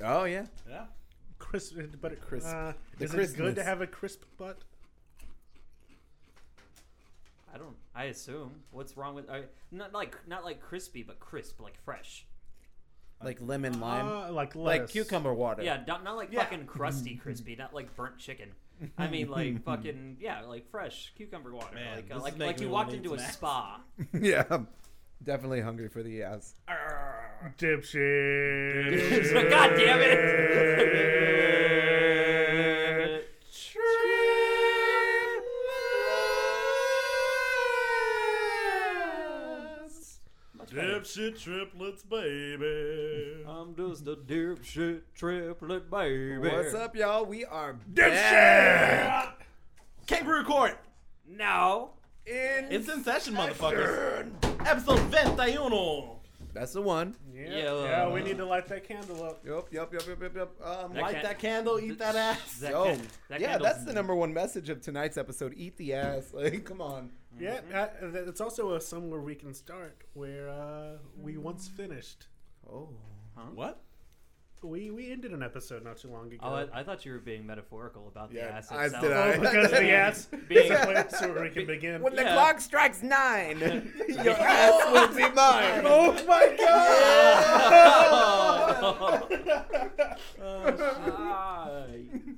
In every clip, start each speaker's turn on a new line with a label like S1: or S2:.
S1: Oh yeah.
S2: Yeah.
S3: Crisp, but it
S1: Crisp.
S3: Uh,
S1: The
S3: is it good to
S1: crispness.
S3: have a crisp butt?
S4: I don't. I assume. What's wrong with? I, not like not like crispy, but crisp, like fresh.
S1: Like lemon lime.
S3: Uh, like
S1: like
S3: lettuce.
S1: cucumber water.
S4: Yeah, not, not like
S3: Yeah.
S4: fucking crusty crispy, not like burnt chicken. I mean, like fucking yeah, like fresh cucumber water,
S2: Man,
S4: like
S2: this
S4: uh,
S2: is
S4: like
S2: making
S4: like
S2: me
S4: you
S2: wanna
S4: walked
S2: eat
S4: into a
S2: snacks.
S4: spa.
S1: yeah. I'm Definitely hungry for the ass.
S3: Dipshit.
S4: God damn it! Much better. Um,
S2: Dipshit triplets, baby.
S4: I'm just a dipshit triplet baby.
S1: What's up, y'all? We are back
S2: Dipshit! Kangaroo Court.
S4: Now,
S1: in.
S2: It's in session, motherfuckers. Episode 21.
S1: That's the one.
S3: Yeah,
S4: Yellow.
S3: yeah, we need to light that candle up.
S1: Yup, yup, yup, yup, yup, yup. Um,
S4: That
S2: Light
S4: can-
S2: that candle, eat that ass.
S4: that
S1: yo,
S4: can- that
S1: yeah,
S4: candle's-
S1: that's the number one message of tonight's episode. Eat the ass. Like, come on.
S3: Yeah, uh, th- it's also a somewhere we can start where uh, we once finished.
S1: Oh.
S2: What?
S3: We we ended an episode not too long ago.
S4: Oh, I, I thought you were being metaphorical about
S1: Yeah,
S4: the ass
S1: as
S4: itself.
S1: did I.
S3: oh, because the ass is
S4: Being-
S3: a place where we can begin.
S1: When the
S4: Yeah.
S1: clock strikes nine, your ass will be mine. Oh my god!
S4: Ah,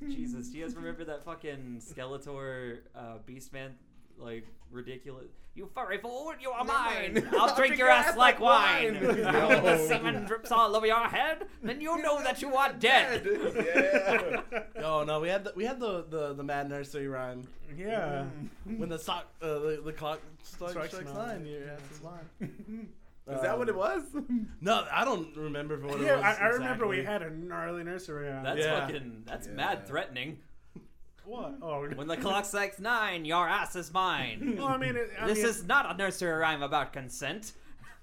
S4: Jesus, do you guys remember that fucking Skeletor uh, Beastman? Like ridiculous. You furry fool, you are mine. I'll, drink your ass like wine.
S1: wine.
S4: Now when
S1: No.
S4: the semen drips all over your head, then you know that you are dead.
S1: yeah.
S2: No, no, we had the, we had the, the, the mad nursery rhyme.
S3: yeah,
S2: When the sock, uh, the, the clock strikes,
S3: Strikes
S2: strikes,
S3: nine.
S2: nine, your ass is mine.
S1: Is that what it was?
S2: No, I don't remember what it
S3: yeah.
S2: was.
S3: I, I remember we
S2: exactly.
S3: had a gnarly nursery rhyme.
S4: That's
S2: Yeah.
S4: fucking. That's
S1: Yeah.
S4: mad threatening.
S3: what? Oh,
S4: When the clock strikes nine, your ass is mine.
S3: well, I mean, it, I
S4: this
S3: mean,
S4: is not a nursery rhyme about consent.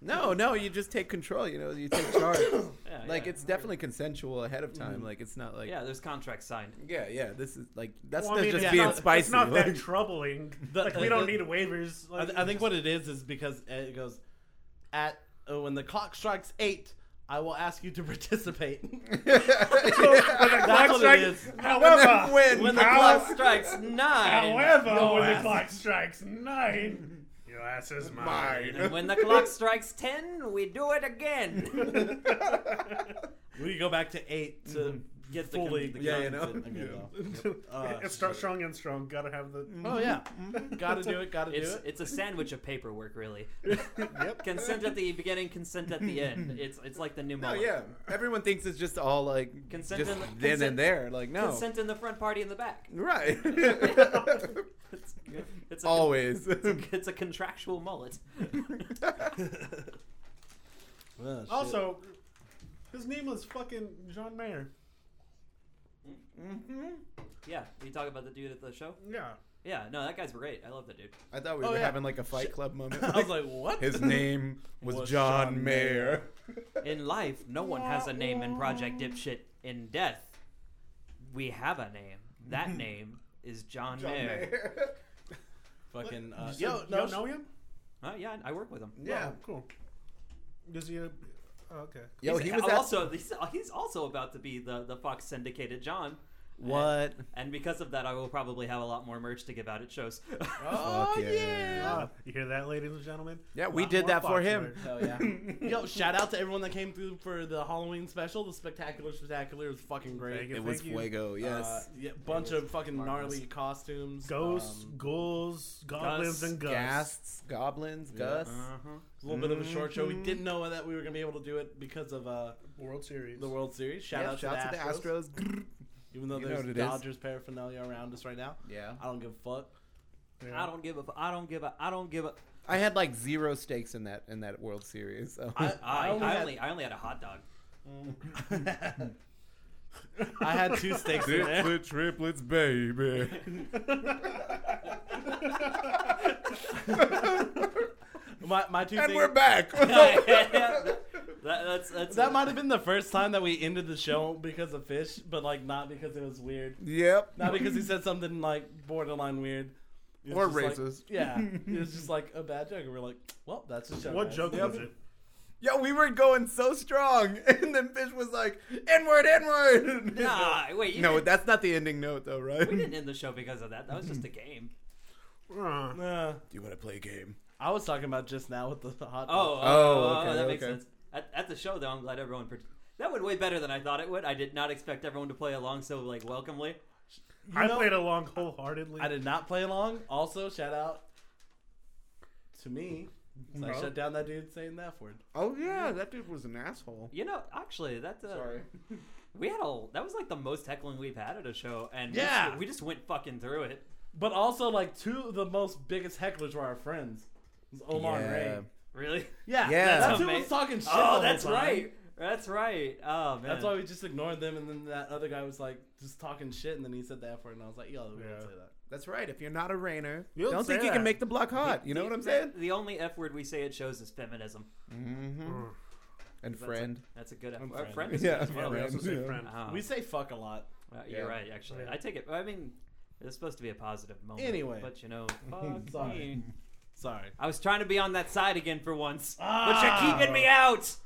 S1: No, no, you just take control, you know, you take charge.
S4: Yeah,
S1: like,
S4: yeah.
S1: it's definitely consensual ahead of time. Like, it's not like.
S4: yeah. There's contracts signed.
S1: Yeah, yeah, This is like that's
S3: well, I
S1: not
S3: mean,
S1: just
S3: it's
S1: being
S3: not,
S1: spicy.
S3: It's not that
S1: like-
S3: troubling.
S2: The-
S3: like we
S2: uh,
S3: don't
S2: the-
S3: need waivers.
S2: I,
S3: Like,
S2: th- I think what it is is because it goes at uh, when the clock strikes eight, I will ask you to participate.
S1: Yeah.
S2: That's what it is.
S3: However,
S1: When-
S4: When the
S1: How-
S4: clock strikes nine.
S3: however, when the
S2: ass.
S3: clock strikes nine, your ass is mine.
S4: And when the clock strikes ten, we do it again.
S2: We go back to eight to
S4: Get the con-
S2: fully.
S4: the
S1: Yeah, you
S2: consent.
S1: know?
S2: Okay,
S1: Yeah.
S2: well.
S3: Uh, it's start strong and strong. Gotta have the. Mm-hmm.
S2: Oh yeah, gotta do it. Gotta
S4: It's
S2: do it.
S4: it's a sandwich of paperwork, really.
S3: Yep.
S4: consent at the beginning, consent at the end. It's it's like the new
S1: No,
S4: mullet.
S1: yeah. Everyone thinks it's just all like
S4: Consent
S1: just
S4: and-
S1: then
S4: consent-
S1: and there. Like no,
S4: Consent in the front, party in the back.
S1: right?
S4: It's, it's a,
S1: Always.
S4: It's a contractual mullet.
S2: Oh, shit.
S3: Also, his name was fucking John Mayer.
S4: yeah, you talk about the dude at the show.
S3: Yeah.
S4: Yeah, no, that guy's great. I love the dude.
S1: I thought we
S2: Oh,
S1: were
S2: yeah.
S1: having like a Fight Club moment.
S2: I was like, what?
S1: His name was, John, Mayer.
S4: In life, no one has a name in Project Dipshit. In death, we have a name. That name is John,
S1: John
S4: Mayer.
S1: Mayer.
S2: Fucking uh,
S3: Yo,
S2: yo, no,
S3: you know him?
S4: Huh, Oh, yeah, I work with him.
S1: yeah.
S3: Oh, cool. Does he? Uh, okay.
S1: Yo,
S4: He's-
S1: he was
S4: I'm
S1: at-
S4: also he's, uh, he's also about to be the the Fox syndicated John.
S1: what?
S4: And because of that, I will probably have a lot more merch to give out at shows.
S2: Oh
S1: Fuck yeah.
S2: yeah.
S3: Ah, you hear that, ladies and gentlemen?
S1: Yeah, we
S3: Lot
S1: did
S3: more
S1: that for
S3: Fox
S1: him.
S3: nerds.
S2: Hell yeah. Yo, shout out to everyone that came through for the Halloween special. The spectacular spectacular was fucking
S3: Thank
S2: great.
S3: you,
S1: It was
S3: thank you.
S1: Fuego. Yes.
S2: Uh, yeah, bunch of fucking
S4: marvelous.
S2: gnarly costumes.
S3: Ghosts,
S2: Um,
S3: ghouls, goblins,
S2: Gus,
S3: and ghosts.
S1: Ghasts, goblins, Gus.
S4: Uh-huh.
S2: a little bit of a short show. We didn't know that we were gonna be able to do it because of uh,
S3: World Series.
S2: the World Series. Shout
S1: Yeah,
S2: out
S1: shout
S2: to, the Astros.
S1: Astros.
S2: Even though
S1: You know
S2: there's
S1: what it is.
S2: Dodgers paraphernalia around us right now,
S1: yeah.
S2: I don't give a fuck.
S3: Yeah.
S4: I don't give a. f- I don't give a. I don't give a.
S1: I had like zero stakes in that in that World Series. So.
S2: I,
S4: I, I, only,
S2: had,
S4: I only had a hot dog.
S2: I had two steaks in there.
S1: triplets, baby.
S2: My, my two
S1: and
S2: things-
S1: we're back.
S4: that, that's that's
S2: That might have been the first time that we ended the show because of fish, but like not because it was weird.
S1: yep.
S2: Not because he said something like borderline weird. It was
S1: Or
S2: just like-
S1: racist.
S2: yeah, it was just like a bad joke, and we're like, "Well, that's a show."
S3: What
S2: guys.
S3: joke
S1: Yep.
S3: was it?
S1: Yo, we were going so strong, and then Fish was like, "Inward, inward."
S4: Nah, wait. You
S1: no,
S4: didn't-
S1: that's not the ending note, though, right?
S4: we didn't end the show because of that. That was just a game.
S3: Uh,
S2: Uh,
S1: Do you want to play a game?
S2: I was talking about just now with the hot.
S4: Oh, oh,
S1: Oh,
S4: oh,
S1: okay,
S4: that makes
S1: okay.
S4: sense. At, at the show, though, I'm glad everyone. part- That went way better than I thought it would. I did not expect everyone to play along so like welcomely.
S2: You
S3: I
S2: know-
S3: played along
S4: Oh.
S3: wholeheartedly.
S2: I did not play along. Also, shout out to me. 'cause I
S3: No.
S2: shut down that dude saying that word.
S1: Oh yeah, that dude was an asshole.
S4: You know, actually, that's uh,
S1: Sorry.
S4: we had all that was like the most heckling we've had at a show, and we
S2: Yeah.
S4: just- we just went fucking through it.
S2: But also, like two of the most biggest hecklers were our friends. It was Omar and
S1: Yeah.
S2: Ray.
S4: Really?
S2: Yeah,
S1: Yeah.
S2: that's who
S4: Ama-
S2: was talking shit. the
S4: Oh,
S2: whole
S4: that's
S2: time.
S4: right. That's right. Oh man.
S2: That's why we just ignored them, and then that other guy was like just talking shit, and then he said that word, and I was like, "Yo, we
S3: Yeah.
S2: won't say that."
S1: That's right. If you're not a rainer,
S3: You don't
S1: don't think
S3: say
S1: you can
S3: that.
S1: make the block hot. You know
S4: The-
S1: what I'm
S4: the-
S1: saying?
S4: The only F word we say it shows is feminism.
S1: Mm-hmm.
S3: Mm.
S1: And
S4: That's a-
S1: friend.
S4: That's a good F
S2: I'm
S4: word.
S2: friend.
S4: Friend is
S1: Yeah,
S4: good as well.
S3: Yeah, we also say
S1: Yeah.
S3: friend.
S4: Uh,
S2: We say fuck a lot.
S4: uh, you're
S1: Yeah.
S4: right, actually.
S3: Yeah.
S4: I take it. I mean, it's supposed to be a positive moment.
S2: Anyway.
S4: But you know, fuck
S2: Sorry.
S4: me.
S2: Sorry.
S4: I was trying to be on that side again for once, but
S2: Ah.
S4: you're keeping me out.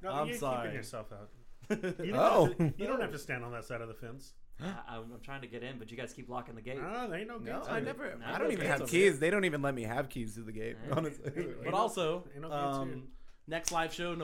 S3: No,
S2: I'm
S3: you're
S2: sorry.
S3: keeping yourself out. You
S2: oh,
S3: don't,
S1: Oh.
S3: have to, you don't have to stand on that side of the fence.
S4: I, I'm I'm trying to get in, but you guys keep locking the gate.
S3: Ah, there ain't no
S1: No,
S3: gates
S1: I
S3: here.
S1: never.
S4: No,
S1: I don't
S4: no
S1: even
S2: gates
S1: have
S2: over
S1: keys. They don't even let me have keys to the gate,
S4: Alright.
S1: honestly.
S3: But
S2: but
S3: Ain't no-
S2: also,
S3: ain't no kids
S2: um, next live show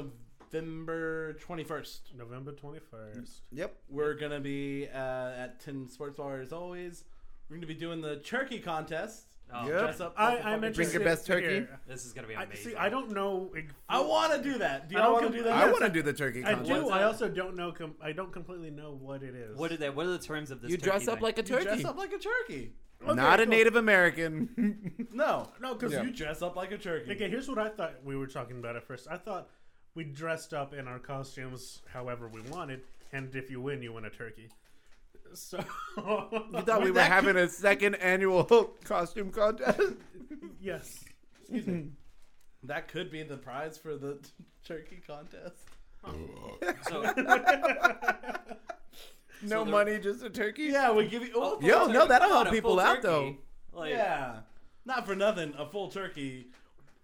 S2: November twenty first.
S3: November 21st.
S1: Yep.
S2: We're gonna be uh, at Ten Sports Bar as always. We're gonna be doing the turkey contest.
S4: Oh,
S1: Yep.
S4: man.
S2: Dress up.
S3: I,
S2: like a
S3: I'm
S2: fucking
S3: interested.
S1: Bring your best turkey.
S3: here.
S4: This is gonna be
S3: I,
S4: amazing.
S3: see, I don't know. if-
S2: I want to do that. Do
S3: I
S2: y'all
S3: don't
S2: want to
S3: com-
S2: do
S1: I
S2: that?
S1: want to do the turkey
S3: I
S1: contest.
S3: do.
S2: What's
S3: I
S2: that?
S3: also don't know. Com- I don't completely know what it is.
S4: What are the What are the terms of this?
S1: You
S4: turkey
S1: dress up
S4: thing?
S1: like a
S2: You
S1: turkey.
S2: dress up like a turkey.
S3: Okay,
S1: Not a
S3: cool.
S1: Native American.
S2: No,
S3: No, because
S1: Yeah.
S2: you dress up like a turkey.
S3: Okay, here's what I thought we were talking about at first. I thought we dressed up in our costumes however we wanted, and if you win, you win a turkey. So you
S1: I thought we were having a second annual costume contest.
S3: yes.
S2: Excuse me. That could be the prize for the t- turkey contest.
S4: So,
S1: No
S4: there-
S1: money, just a turkey.
S2: Yeah, we give you. Oh,
S1: Yo, no, that'll help
S4: a
S1: people
S4: full
S1: out though.
S4: turkey. Like,
S2: yeah, not for nothing. A full turkey.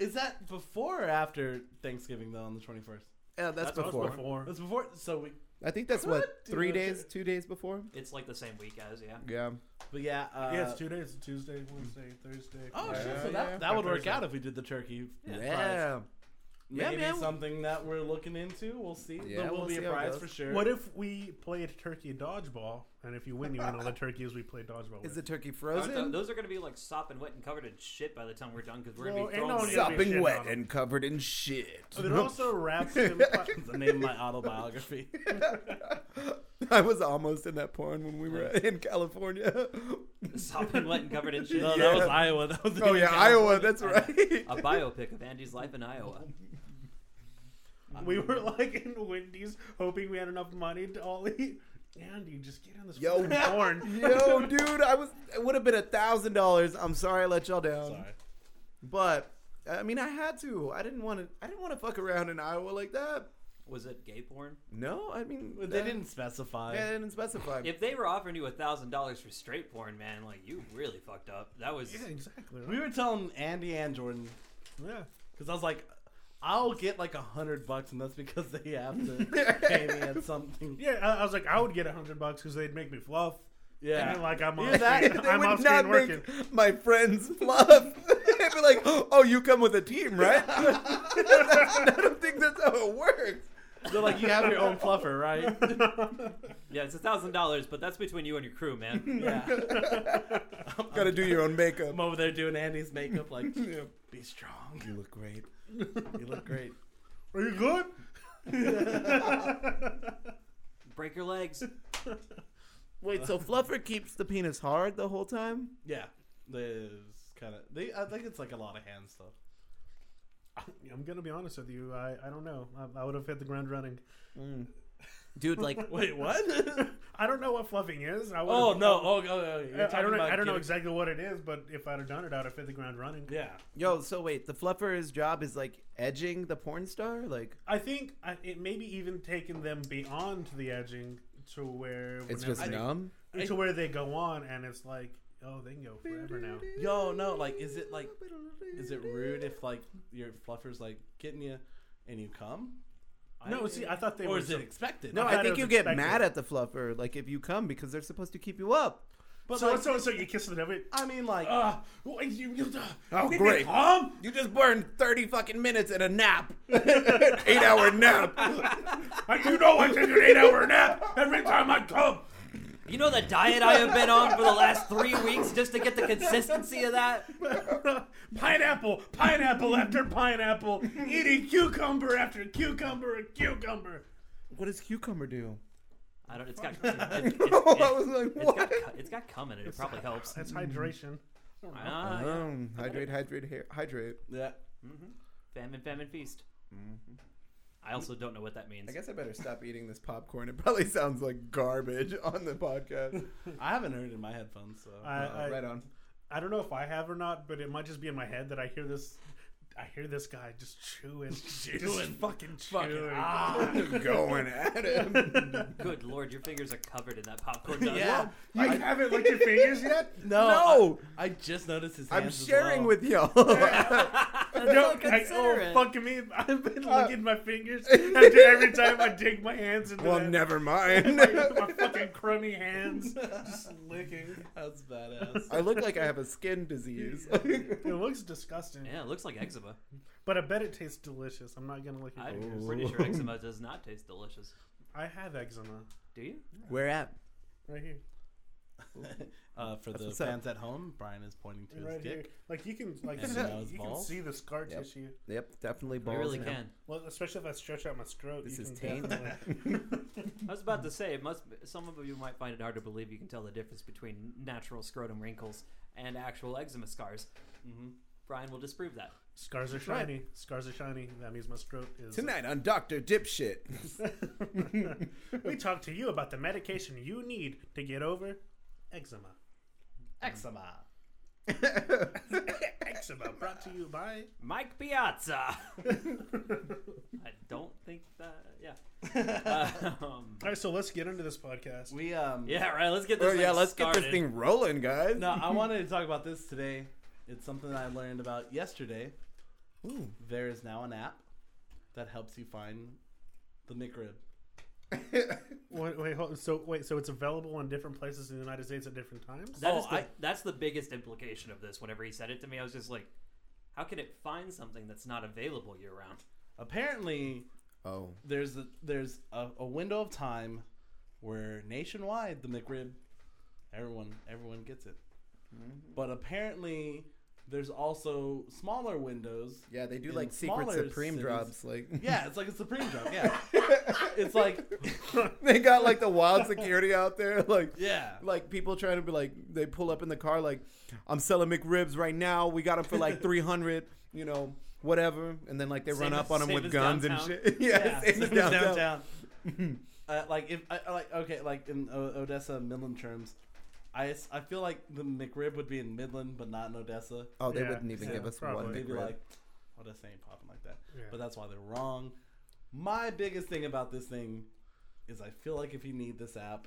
S2: Is that before or after Thanksgiving though? On the twenty first.
S1: Yeah, that's,
S3: That was
S1: before.
S3: before.
S2: That's before. So we.
S1: I think that's
S2: Could
S1: what
S2: do
S1: three
S2: it.
S1: days, two days before.
S4: It's like the same week as yeah.
S1: Yeah.
S2: But yeah. Uh,
S3: yeah, it's two days: Tuesday, Wednesday, Thursday.
S2: Oh
S1: Yeah,
S2: shit! So
S1: yeah.
S2: that, that would
S3: By
S2: work
S3: Thursday.
S2: out if we did the turkey.
S1: Yeah.
S2: Prize.
S1: Yeah,
S2: Maybe
S1: man.
S2: something that we're looking into. We'll see.
S1: Yeah,
S2: there will
S1: we'll
S2: be a
S1: see how it
S2: prize
S1: goes.
S2: for sure.
S3: What if we played turkey dodgeball, and if you win, you win all the turkeys we played dodgeball with?
S1: Is the turkey
S4: Aren't tho-
S1: frozen?
S4: those are gonna be like sopping wet and covered in shit by the time we're done because we're gonna
S3: Well,
S4: be
S3: ain't
S4: throwing.
S3: no
S4: them.
S3: need to be
S1: Sopping
S3: shitting
S1: wet
S3: on 'em.
S1: and covered in shit.
S3: But it also wraps in.
S2: That's the name of my autobiography.
S1: I was almost in that porn when we were in California. Oh,
S4: sopping wet and covered in shit.
S2: No, that was
S1: Yeah.
S2: Iowa. That was
S1: Oh yeah, Iowa. That's
S4: I know.
S1: right.
S4: A biopic of Andy's life in Iowa.
S3: we were like in Wendy's, hoping we had enough money to all eat. Andy, just get in this
S1: Yo.
S3: fucking porn.
S1: Yo, dude, I was. It would have been a thousand dollars. I'm sorry I let y'all down.
S2: Sorry.
S1: But I mean, I had to. I didn't want to. I didn't want to fuck around in Iowa like that.
S4: Was it gay porn?
S1: No, I mean
S2: But They
S1: that-
S2: didn't specify.
S1: Yeah, they didn't specify.
S4: If they were offering you a thousand dollars for straight porn, man, like you really fucked up. That was
S3: Yeah, exactly.
S2: We were telling Andy and Jordan
S3: yeah.
S2: because I was like, I'll get like a hundred bucks, and that's because they have to pay me at something.
S3: Yeah, I, I was like, I would get a hundred bucks because they'd make me fluff.
S2: Yeah.
S3: And then, like I'm
S2: Yeah,
S3: off.
S2: that-
S3: screen-
S1: they
S3: I'm
S1: would
S3: off screen
S1: not make
S3: working.
S1: my friends fluff. They'd be like, "Oh, you come with a team, right?" I don't think that's how it works.
S2: They're like, you have your own fluffer, right?
S4: yeah, it's a thousand dollars, but that's between you and your crew, man.
S2: yeah.
S1: Got to do your own makeup.
S2: I'm over there doing Andy's makeup, like,
S1: Yeah.
S2: be strong.
S1: You look great.
S2: You look great.
S3: Are you good?
S4: Break your legs.
S1: Wait, so fluffer keeps the penis hard the whole time?
S2: Yeah. There's kind of. They. I think it's like a lot of hand stuff.
S3: I'm gonna be honest with you. I, I don't know. I, I would have hit the ground running.
S1: Dude, like,
S2: Wait, what?
S3: I don't know what fluffing is. I
S2: oh
S3: would've-
S2: no! Oh, oh, oh you're
S3: I, I
S2: talking
S3: don't know.
S2: about
S3: I don't know
S2: getting-
S3: exactly what it is, but if I'd have done it, I'd have hit the ground running.
S2: Yeah.
S1: yo, so wait, the fluffer's job is like edging the porn star? Like,
S3: I think I, it maybe even taken them beyond the edging to where
S1: it's
S3: whenever
S1: just
S3: they-
S1: numb?
S3: to where they go on and it's like, oh, they can go forever now.
S2: Yo, no. Like, is it like? Is it rude if like your fluffer's like getting you and you come?
S3: No, see, I thought they
S2: or
S3: were
S2: is it
S3: some-
S2: expected?
S3: No,
S1: No,
S3: I thought
S1: I
S3: it
S1: think
S3: was
S1: you get
S3: expected.
S1: mad at the fluffer, like if you come because they're supposed to keep you up.
S2: but
S3: so,
S2: like,
S3: so so you kiss the devil.
S2: I mean, like,
S3: Uh, wait, you, you, uh,
S1: Oh,
S3: you
S1: great.
S3: come?
S1: You just burned thirty fucking minutes in a nap, eight hour nap.
S3: I, you know I take an eight-hour nap every time I come.
S4: You know the diet I have been on for the last three weeks just to get the consistency of that?
S3: pineapple, pineapple after pineapple, eating cucumber after cucumber and cucumber.
S1: What does cucumber do?
S4: I don't. It's got. It, it, it,
S1: I was like,
S4: has got,
S1: what?
S4: cu- it's got cum in it. It probably helps.
S3: That's hydration.
S4: Ah, yeah.
S1: Um, hydrate, hydrate, ha- hydrate.
S2: yeah.
S4: Famine, famine, feast. I also don't know what that means.
S1: Mm-hmm. I guess I better stop eating this popcorn. It probably sounds like garbage on the podcast.
S2: I haven't heard it in my headphones, so.
S3: I, I,
S1: Uh, right on.
S3: I don't know if I have or not, but it might just be in my head that I hear this. I hear this guy just chewing, just
S2: Chewing.
S3: fucking ah.
S2: Fucking-
S3: chewing.
S1: Just going at him.
S4: Good lord, your fingers are covered in that popcorn. dust.
S2: yeah.
S3: You haven't licked your fingers yet?
S2: No.
S1: No!
S2: I, I just noticed his hands
S1: I'm
S2: as
S1: sharing
S2: well.
S1: with y'all.
S3: No,
S4: so
S3: I, oh
S4: considerate.
S3: fuck me! I've been licking my fingers after every time I dig my hands into
S1: well,
S3: that.
S1: never mind.
S3: my fucking crummy hands just licking.
S2: That's badass.
S1: I look like I have a skin disease.
S3: It looks disgusting,
S4: Yeah, it looks like eczema.
S3: but I bet it tastes delicious. I'm not gonna lick your
S4: I'm
S3: fingers.
S4: pretty sure eczema does not taste delicious.
S3: I have eczema
S4: Do you?
S1: Where at?
S3: right here,
S2: uh, for the
S1: what's up.
S2: fans at home, Brian is pointing to his
S3: right here.
S2: dick.
S3: Like you can, like
S2: And
S3: see,
S2: nose
S3: you can
S2: balls?
S3: see the scar
S1: Yep.
S3: tissue.
S1: Yep, definitely
S4: We
S1: balls.
S4: really
S1: now.
S4: can.
S3: Well, especially if I stretch out my scrot.
S1: This
S3: you
S1: is
S3: can
S1: taint.
S3: definitely-
S4: I was about to
S1: Mm-hmm.
S4: say it must. Be, some of you might find it hard to believe you can tell the difference between natural scrotum wrinkles and actual eczema scars.
S2: Mm-hmm.
S4: Brian will disprove that.
S3: Scars are
S1: right.
S3: shiny. Scars are shiny. That means my scrot is.
S1: Tonight on Doctor Dipshit.
S3: we talk to you about the medication you need to get over eczema.
S2: Eczema.
S3: Eczema brought to you by.
S4: Mike Piazza. I don't think that. Yeah. Um,
S3: All right, so let's get into this podcast.
S2: Uh, We um.
S4: yeah. Right. Let's get this.
S1: oh yeah,
S4: thing
S1: let's
S4: started.
S1: get this thing rolling, guys.
S2: No, I wanted to talk about this today. It's something I learned about yesterday.
S1: Ooh.
S2: There is now an app that helps you find the McRib.
S3: Wait, wait, hold, so wait, so it's available in different places in the United States at different times.
S4: That
S2: Oh,
S4: is the,
S2: I-
S4: that's the biggest implication of this. Whenever he said it to me, I was just like, "How can it find something that's not available year round?"
S2: Apparently,
S1: Oh.
S2: there's a, there's a, a window of time where nationwide the McRib, everyone everyone gets it.
S1: Mm-hmm.
S2: But apparently, there's also smaller windows.
S1: Yeah, they do
S2: In
S1: like secret
S2: smaller
S1: supreme
S2: cities-
S1: drops. Like
S2: Yeah, it's like a Supreme drop. Yeah, it's like
S1: they got like the wild security out there, like
S2: yeah.
S1: like people trying to be like they pull up in the car like I'm selling McRibs right now. We got them for like 300, you know, whatever. And then like they run
S4: Same
S1: up
S4: as-
S1: on them
S4: same
S1: with
S4: as
S1: guns
S4: downtown.
S1: and shit. yeah,
S2: yeah,
S1: same as downtown.
S2: uh, like if I, I like okay, like in o- Odessa Midland terms, I, s- I feel like the McRib would be in Midland, but not in Odessa.
S1: Oh, they
S3: Yeah,
S1: wouldn't even
S3: yeah,
S1: give us one
S3: probably.
S2: They'd be
S1: McRib.
S2: like, Odessa ain't popping like that.
S3: Yeah.
S2: But that's why they're wrong. My biggest thing about this thing is I feel like if you need this app,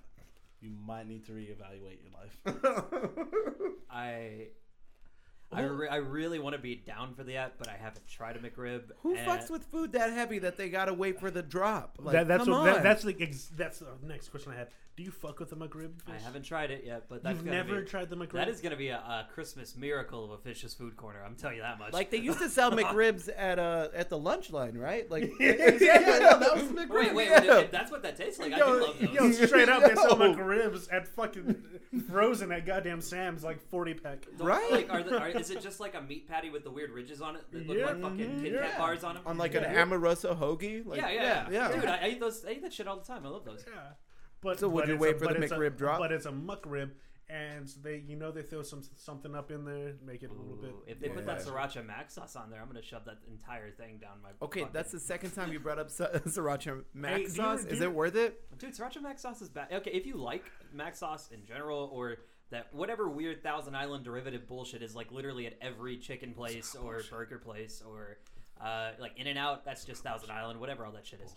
S2: you might need to reevaluate your life.
S4: I. I,
S2: Who-
S4: re- I really want to be down for the app, but I haven't tried a McRib.
S1: Who
S4: and-
S1: fucks with food that heavy that they gotta wait for the drop? Like,
S3: that, that's
S1: come
S3: what,
S1: on.
S3: that, that's the ex- that's the next question I had. Do you fuck with the McRib?
S4: I
S3: fish?
S4: haven't tried it yet, but that's
S3: You've
S4: gonna
S3: never
S4: be,
S3: tried the McRib.
S4: That is going to be a, a Christmas miracle of a fish's food corner. I'm telling you that much.
S1: like they used to sell McRibs at uh at the lunch line, right? Like
S2: yeah, no, that was McRib.
S4: wait, wait,
S1: yeah.
S4: wait, if that's what that tastes like. I do love those.
S3: yo, straight up, they sell
S1: Yo.
S3: McRibs at fucking frozen at goddamn Sam's, like forty pack.
S4: Don't-
S1: right?
S4: Like, are the, are, is it just like a meat patty with the weird ridges on it that look like
S3: Yeah.
S4: fucking Kit
S3: Yeah.
S4: Kat bars on them?
S1: on like
S3: Yeah.
S1: an Amoroso hoagie. Like,
S4: yeah, yeah, yeah,
S1: yeah.
S4: Dude, I, I eat those. I eat that shit all the time. I love those.
S3: Yeah, but
S1: So would
S3: but
S1: you
S3: it's
S1: wait
S3: a,
S1: for the
S3: but it's a-
S1: McRib drop?
S3: But it's a McRib, and they you know they throw some something up in there, make it a little bit.
S4: Ooh, if they put
S1: Yeah.
S4: that sriracha mac sauce on there, I'm gonna shove that entire thing down my.
S1: Okay,
S4: fucking-
S1: that's the second time you brought up sa- sriracha mac
S3: Hey, do you-
S1: sauce.
S3: do
S1: Is
S3: you-
S1: it worth it?
S4: dude. Sriracha mac sauce is bad. Okay, if you like mac sauce in general, or that whatever weird Thousand Island derivative bullshit is like literally at every chicken place or burger place or uh, like In and Out. That's just Thousand Island. Whatever all that shit is.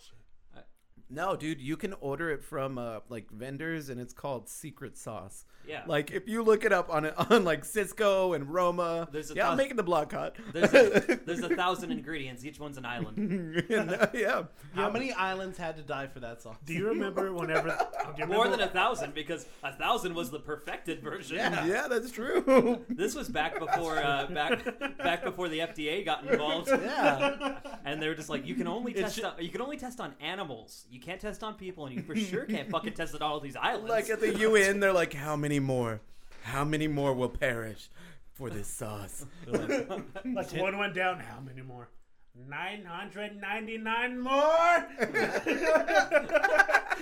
S1: No, dude, you can order it from uh, like vendors, and it's called secret sauce.
S4: Yeah.
S1: Like if you look it up on on like Cisco and Roma,
S4: There's a
S1: yeah, I'm
S4: thou-
S1: making the block hot.
S4: There's a, there's a thousand ingredients. Each one's an island.
S1: And, uh, yeah.
S2: How many islands had to die for that song?
S3: Do you remember whenever? do you
S4: More
S3: remember-
S4: than a thousand because a thousand was the perfected version.
S1: yeah, that's true.
S4: This was back before uh, back back before the FDA got involved.
S1: Uh,
S2: Yeah.
S4: And they were just like, you can only
S2: It's
S4: test
S2: ju-
S4: on, you can only test on animals. You can't test on people, and you for sure can't fucking test on all these islands.
S1: like at the UN, they're like, how many more? How many more will perish for this sauce?
S3: Like one went down. How many more? Nine hundred ninety-nine more.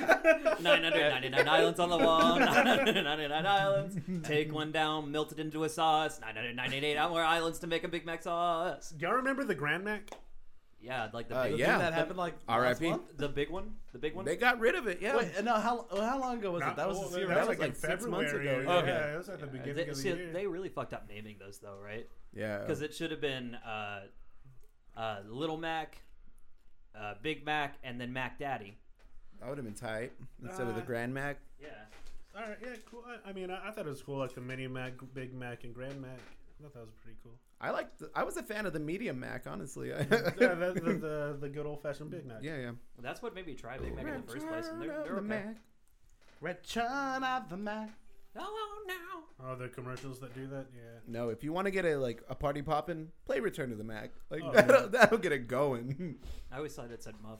S4: 999 islands on the wall. 999 islands. Take one down, melt it into a sauce. 998 more islands to make a Big Mac sauce.
S3: Y'all remember the Grand Mac?
S4: Yeah, like the
S1: Uh,
S4: big,
S2: The
S1: Yeah.
S2: thing that happened like last
S1: R.I.P..
S2: month?
S4: the big one, the big one.
S1: They got rid of it. Yeah.
S2: Wait, no, how, how long ago was
S3: Not-
S2: it? That was
S3: oh,
S2: this year,
S3: that
S2: right?
S3: was like in
S1: six
S3: February.
S1: months ago.
S3: Yeah,
S2: Okay.
S3: yeah, it was at the
S4: Yeah,
S3: beginning
S4: Uh, they,
S3: of the
S4: see,
S3: year.
S4: they really fucked up naming those though, right?
S1: yeah.
S4: Because it should have been uh, uh, Little Mac, uh, Big Mac, and then Mac Daddy.
S1: That would have been tight instead of the
S3: Uh,
S1: Grand Mac.
S4: Yeah.
S3: All right, yeah, cool. I, I mean, I, I thought it was cool, like the Mini Mac, Big Mac, and Grand Mac. I thought that was pretty cool.
S1: I like. I was a fan of the medium Mac, honestly. I-
S3: yeah, the, the, the, the good old fashioned Big Mac.
S1: yeah, yeah.
S4: Well, that's what made me try Big Mac in the first place, and they're, they're okay.
S2: Return of the Mac.
S4: Oh no.
S3: Oh, the commercials that do that? Yeah.
S1: No, if you want to get a like a party popping, play Return to the Mac. Like
S3: Oh,
S1: that'll, that'll get it going.
S4: I always thought it said Muff.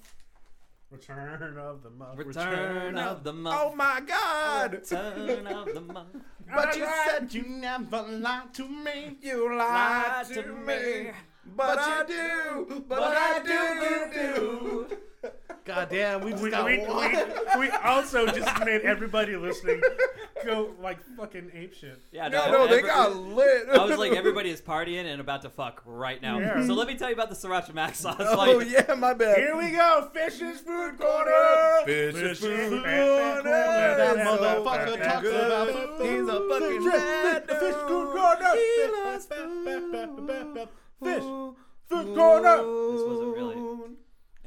S3: Return of the Muff.
S4: Return of the
S1: Oh
S4: Muff.
S1: my God!
S4: Return of the Muff.
S1: But you said
S2: you never lied to me.
S1: you lied to me, but I do, but I do, do do.
S2: Goddamn, we just
S3: We,
S2: got
S3: we,
S2: one.
S3: we, we also just made everybody listening go like fucking apeshit.
S4: Yeah,
S1: No, no, they
S4: every-
S1: got lit.
S4: I was like, everybody is partying and about to fuck right now.
S3: Yeah.
S4: So let me tell you about the Sriracha Mac sauce.
S1: Oh
S4: like,
S1: yeah, my bad.
S3: Here we
S1: go, Fish's Food Corner.
S3: Fish's
S1: Fish's
S3: Food
S1: Food Corner.
S3: Corner.
S1: That
S3: motherfucker talks
S2: about food.
S1: He's a fucking
S2: Fish-
S1: mad
S2: Fish Food
S1: dude.
S2: Corner.
S1: He loves food.
S3: Fish
S1: Food
S3: Corner.
S4: This wasn't really-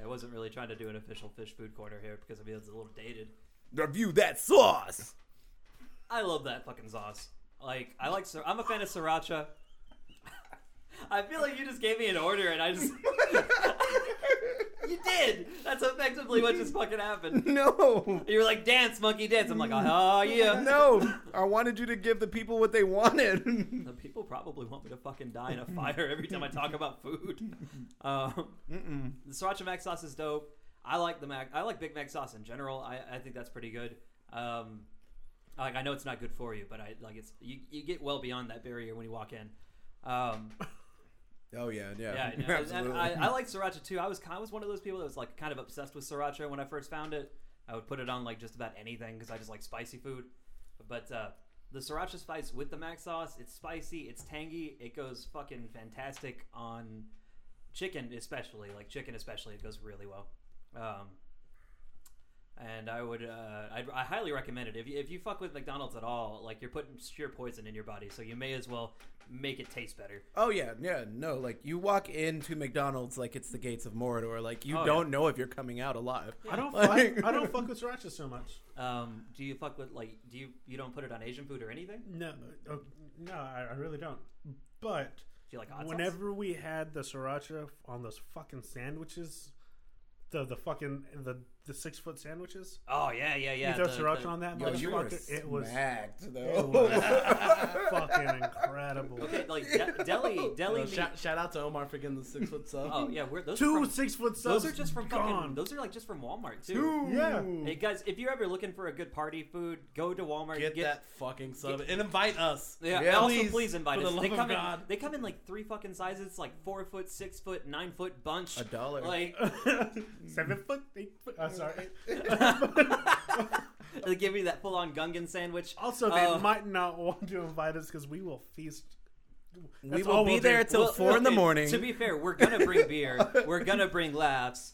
S4: I wasn't really trying to do an official fish food corner here because I mean it's a little dated.
S1: Review that sauce.
S4: I love that fucking sauce. Like I like. sir- I'm a fan of sriracha. I feel like you just gave me an order and I just. you did. That's effectively what just fucking happened.
S1: No.
S4: You were like dance monkey dance. I'm like oh yeah.
S1: No. I wanted you to give the people what they wanted.
S4: The people probably want me to fucking die in a fire every time I talk about food. Um, the sriracha mac sauce is dope. I like the mac. I like Big Mac sauce in general. I, I think that's pretty good. Um, like I know it's not good for you, but I like it's you, you get well beyond that barrier when you walk in. Um,
S1: Oh yeah,
S4: yeah,
S1: yeah.
S4: I know. and uh, I, I like sriracha too. I was kind I was one of those people that was like kind of obsessed with sriracha when I first found it. I would put it on like just about anything because I just like spicy food. But uh, the sriracha spice with the mac sauce, it's spicy, it's tangy, it goes fucking fantastic on chicken especially. Like chicken especially, it goes really well. Um, and I would, uh, I'd, I highly recommend it. If you, if you fuck with McDonald's at all, like you're putting sheer poison in your body, so you may as well make it taste better.
S1: Oh yeah, yeah, no. Like you walk into McDonald's like it's the gates of Mordor. Like you
S4: Oh,
S1: don't know if you're coming out alive.
S3: I don't
S1: Like-
S3: fuck, I don't fuck with sriracha so much.
S4: Um, do you fuck with like do you you don't put it on Asian food or anything? Do
S3: No, uh, no, I, I really don't. But
S4: you like hot sauce?
S3: whenever we had the sriracha on those fucking sandwiches, the the fucking the the six foot sandwiches,
S4: Oh yeah, yeah, yeah.
S3: you throw
S4: the-
S3: sriracha
S4: the-
S3: on that
S1: Yo, you were
S3: motherfucker, it was
S1: smacked
S3: it
S1: though.
S3: was fucking incredible.
S4: Okay, like de- deli, deli.
S2: Yo,
S4: meat-
S2: shout, shout out to Omar for getting the six foot sub.
S4: oh yeah, we're those. are
S3: Two
S4: from,
S3: six foot subs.
S4: those are just from fucking.
S3: gone.
S4: Those are like just from Walmart too.
S3: Yeah.
S4: Hey guys, if you're ever looking for a good party food, go to Walmart.
S2: Get, that fucking sub and invite us.
S4: Yeah,
S1: Yeah.
S4: also
S2: Please,
S4: please, invite
S2: for
S4: us.
S2: the
S4: they
S2: love of
S4: come in.
S2: God.
S4: They come in like three fucking sizes, like four foot, six foot, nine foot bunch.
S1: A dollar.
S4: Like
S3: Seven foot, eight foot. Uh, sorry.
S4: they give you that full on Gungan sandwich.
S3: Also, they
S4: Uh,
S3: might not want to invite us because we will feast.
S1: we
S3: That's
S1: will
S3: all
S1: be
S3: we'll
S1: there
S3: do.
S1: till
S4: Well,
S1: four in the
S4: okay,
S1: morning.
S4: To be fair, we're gonna bring beer. we're gonna bring laughs.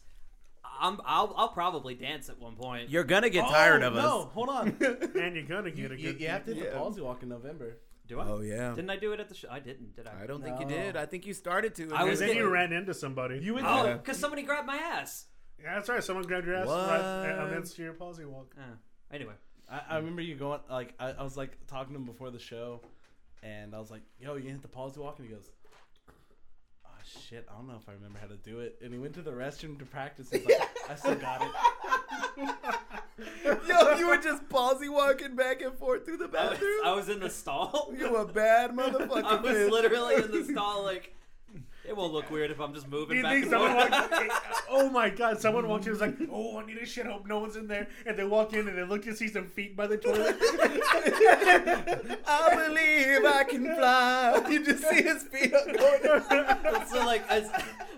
S4: I'm, I'll, I'll probably dance at one point.
S1: you're gonna get
S2: Oh,
S1: tired of
S2: No,
S1: us.
S2: hold on.
S3: And you're gonna
S2: you,
S3: get a
S2: you-
S3: good.
S2: you have to hit the
S1: Yeah.
S2: palsy walk in November.
S4: Do I?
S1: Oh yeah.
S4: Didn't I do it at the show? I didn't. Did I?
S1: I don't think you
S2: No.
S1: did. I think you started to. and
S4: I
S1: you're
S4: was
S3: Then
S1: just
S4: getting-
S3: you
S1: like-
S3: ran into somebody.
S2: You would
S4: Oh,
S1: Yeah.
S4: because somebody grabbed my ass.
S3: Yeah, that's right. Someone grabbed your ass right uh,
S1: What?
S3: amidst your palsy walk.
S4: Uh, anyway,
S2: I, I remember you going like I, I was like talking to him before the show, and I was like, "Yo, you hit the palsy walk," and he goes, "Oh shit, I don't know if I remember how to do it." And he went to the restroom to practice. He's like, "I still got it."
S1: Yo, you were just palsy walking back and forth through the
S4: I was,
S1: bathroom.
S4: I was in the stall.
S1: you a bad motherfucker.
S4: I was
S1: kid.
S4: literally in the stall. Like it won't look weird if I'm just
S3: Do
S4: moving
S3: you
S4: back
S3: think
S4: and
S3: someone
S4: forth.
S3: walked? oh my god! Someone walked in and was like, "Oh, I need a shit. Hope no one's in there." And they walk in and they look to see some feet by the toilet.
S1: I believe I can fly. You just see his feet up going
S4: so like, as,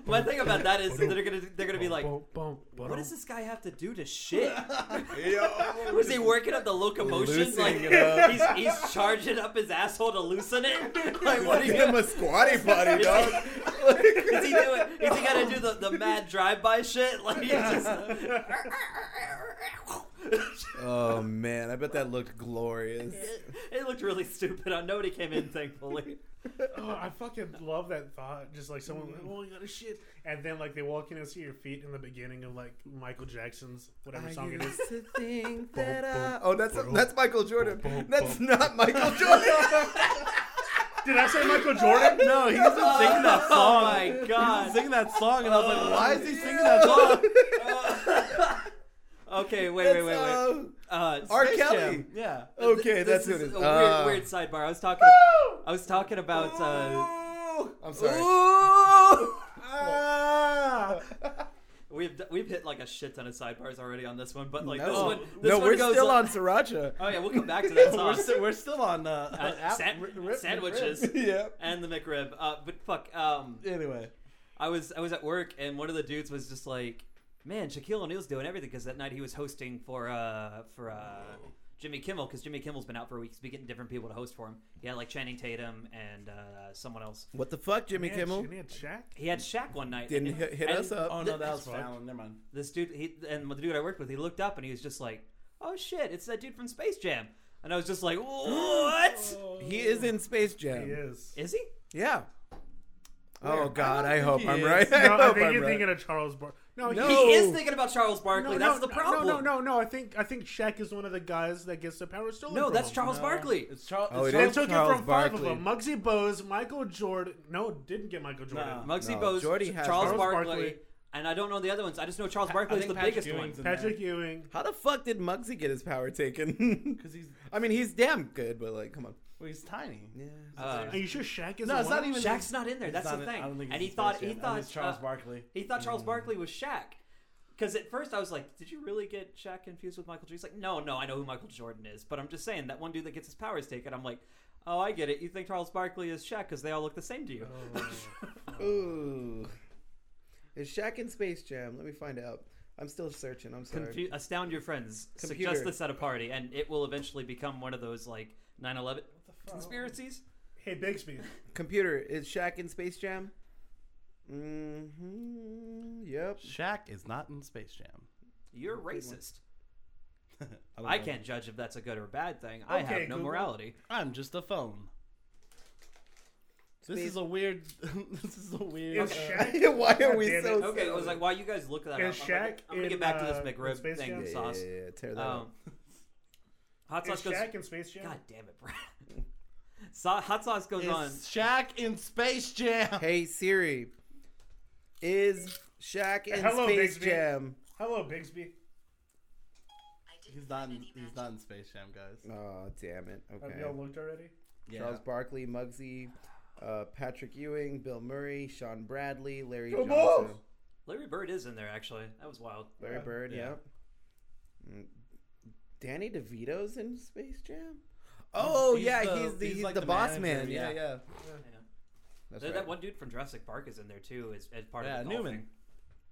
S4: my thing about that is they're gonna they're gonna be like,
S3: Boom, boom, boom.
S4: what does this guy have to do to shit?
S1: Yo.
S4: Was he working up the locomotion? Like
S1: Loosening it up.
S4: he's he's charging up his asshole to loosen it. Like what are you?
S1: Give him a squatty potty, dog.
S4: Is he doing? Is he gotta do the, the mad drive-by shit? Like he's just.
S1: oh man, I bet that looked glorious.
S4: it, it looked really stupid. Uh, Nobody came in, thankfully.
S3: Oh, I fucking love that thought. Just like someone,
S4: Mm.
S3: like, oh, I got a shit, and then like they walk in and see your feet in the beginning of like Michael Jackson's whatever song it is.
S1: to think that I... Oh, that's that's Michael Jordan. That's not Michael Jordan.
S3: Did I say Michael Jordan?
S2: No, he was
S4: Oh,
S2: singing that song.
S4: my
S2: He was
S4: god.
S2: singing that song, and I was like, "Why is he singing that song?"
S4: Oh. okay, wait, wait, wait, wait.
S1: That's,
S4: Uh,
S1: uh, R.
S4: Space Jam.
S1: Kelly.
S2: Yeah.
S1: Okay,
S4: This
S1: that's
S4: is
S1: what it is.
S4: A
S1: Uh,
S4: weird, weird sidebar. I was talking. I was talking about. Uh,
S1: Ooh. I'm sorry. Ah.
S4: we've d- we've hit like a shit ton of sidebars already on this one, but like this
S1: No. Oh.
S4: one. This
S1: no,
S4: one
S1: we're
S4: goes
S1: still on Sriracha.
S4: Oh yeah, we'll come back to
S2: We're,
S4: that song.
S2: st- we're still on uh,
S4: Uh,
S2: app-
S4: san-
S2: rip- rip-
S4: sandwiches.
S2: rip.
S1: yep.
S4: and the McRib. Uh, but fuck. Um,
S2: Anyway,
S4: I was I was at work and one of the dudes was just like, "Man, Shaquille O'Neal's doing everything." Because that night he was hosting for uh for uh Jimmy Kimmel because Jimmy Kimmel's been out for a week. He's been getting different people to host for him. He had like Channing Tatum and uh, someone else.
S1: What the fuck, Jimmy
S3: Yeah,
S1: Kimmel?
S3: Shania Twain.
S4: He had Shaq one night.
S1: Didn't
S4: and-
S1: hit, hit
S4: and
S1: us up.
S2: oh no, that was
S3: Fuck.
S2: Fallon. Never mind.
S4: This dude, he and the dude I worked with, he looked up and he was just like, "Oh shit, it's that dude from Space Jam." And I was just like, "What
S1: He is in Space Jam.
S3: He is.
S4: is he?"
S1: Yeah. Oh God, I,
S2: think
S1: hope
S2: he
S1: I'm
S2: is.
S1: right.
S3: No, I
S1: hope
S3: think
S1: I'm
S3: you're
S1: right.
S3: thinking of Charles Bar. Oh, No,
S1: No.
S3: he-
S4: He is thinking about Charles Barkley.
S3: no,
S4: that's
S3: no,
S4: the problem.
S3: No, no, no, no. I think I think Shaq is one of the guys that gets the power stolen.
S4: No,
S3: from
S4: that's
S3: him.
S4: Charles Barkley.
S2: It's Charles.
S1: Oh,
S2: it's
S1: it
S3: They
S1: is
S2: Charles
S3: took
S1: Charles
S3: it from five
S1: Barkley.
S3: of them: Muggsy Bowes, Michael Jordan. No, didn't get Michael Jordan.
S2: No.
S4: Muggsy
S1: No,
S4: Bowes,
S1: Jordy has
S4: Charles
S1: Charles
S4: Barkley,
S3: Barkley.
S4: and I don't know the other ones. I just know Charles
S2: I- I
S4: Barkley is
S2: think
S4: the
S2: Patrick
S4: biggest
S2: Ewing's
S4: one.
S2: in there.
S3: Patrick Ewing.
S1: How the fuck did Muggsy get his power taken?
S2: 'Cause he's
S1: I mean, he's damn good, but like, come on.
S2: well, he's tiny.
S1: Yeah.
S4: Uh,
S3: Are you sure Shaq is?
S2: No, it's not even.
S4: Shaq's not in there.
S2: He's
S4: That's the
S2: not in-
S4: thing.
S2: I don't think
S4: And
S2: he's
S4: he
S2: in
S4: thought
S2: Space
S4: he
S2: Jam. I
S4: thought
S2: think it's Charles
S4: uh,
S2: Barkley. Mm.
S4: he thought Charles Barkley was Shaq. Because at first I was like, "Did you really get Shaq confused with Michael?" Jordan? He's like, "No, no, I know who Michael Jordan is, but I'm just saying that one dude that gets his powers taken." I'm like, "Oh, I get it. You think Charles Barkley is Shaq because they all look the same to you."
S2: Oh.
S1: Ooh. Is Shaq in Space Jam? Let me find out. I'm still searching. I'm sorry.
S4: Confu- astound your friends.
S1: Computer.
S4: Suggest this at a party, and it will eventually become one of those like 9/11 conspiracies.
S3: Hey, Bigsby.
S1: Computer, is Shaq in Space Jam? Mm-hmm. Yep.
S2: Shaq is not in Space Jam.
S4: You're racist.
S2: don't
S4: I
S2: know.
S4: can't judge if that's a good or bad thing. I
S3: Okay,
S4: have no
S3: Google.
S4: morality.
S2: I'm just a phone. This
S1: Space-
S2: is a weird. this is a weird.
S3: Is
S2: uh,
S3: Shaq?
S1: Why are we
S3: God damn
S1: so?
S3: it.
S4: Okay, I was like, while you guys look that
S3: Is
S4: up, I'm gonna-
S3: Shaq
S4: I'm gonna
S3: in,
S4: get back to this
S3: uh,
S4: McRib
S3: in Space
S4: thing
S3: Jam?
S1: Yeah,
S4: sauce.
S1: yeah, yeah, yeah, Tear that
S4: Um,
S1: up.
S4: hot
S3: Is
S4: sauce goes.
S3: Shaq in Space Jam?
S4: God damn it, Brad. so, hot sauce goes
S2: is
S4: on.
S2: Shaq in Space Jam?
S1: Hey Siri, is Shaq in
S3: Hello,
S1: Space
S3: Bigsby.
S1: Jam?
S3: Hello, Bigsby.
S2: He's not. In, he's not in Space Jam, guys.
S1: Oh damn it!
S3: Have
S1: Okay.
S3: y'all looked already?
S2: Yeah.
S1: Charles Barkley, Muggsy, uh, Patrick Ewing, Bill Murray, Sean Bradley, Larry
S3: Go
S1: Johnson,
S3: Bulls!
S4: Larry Bird is in there actually. That was wild.
S1: Larry
S3: Yeah.
S1: Bird.
S2: Yeah.
S1: Yep. Mm. Danny DeVito's in Space Jam. Oh
S2: he's
S1: yeah,
S2: the-
S1: he's the
S2: he's
S1: he's,
S2: like
S1: the,
S2: the
S1: boss
S2: manager,
S1: man.
S2: yeah.
S1: Yeah, yeah.
S4: Yeah.
S1: That's
S4: There-
S1: right.
S4: That one dude from Jurassic Park is in there too, as, as part
S2: Yeah,
S4: of the golfing.
S2: Newman.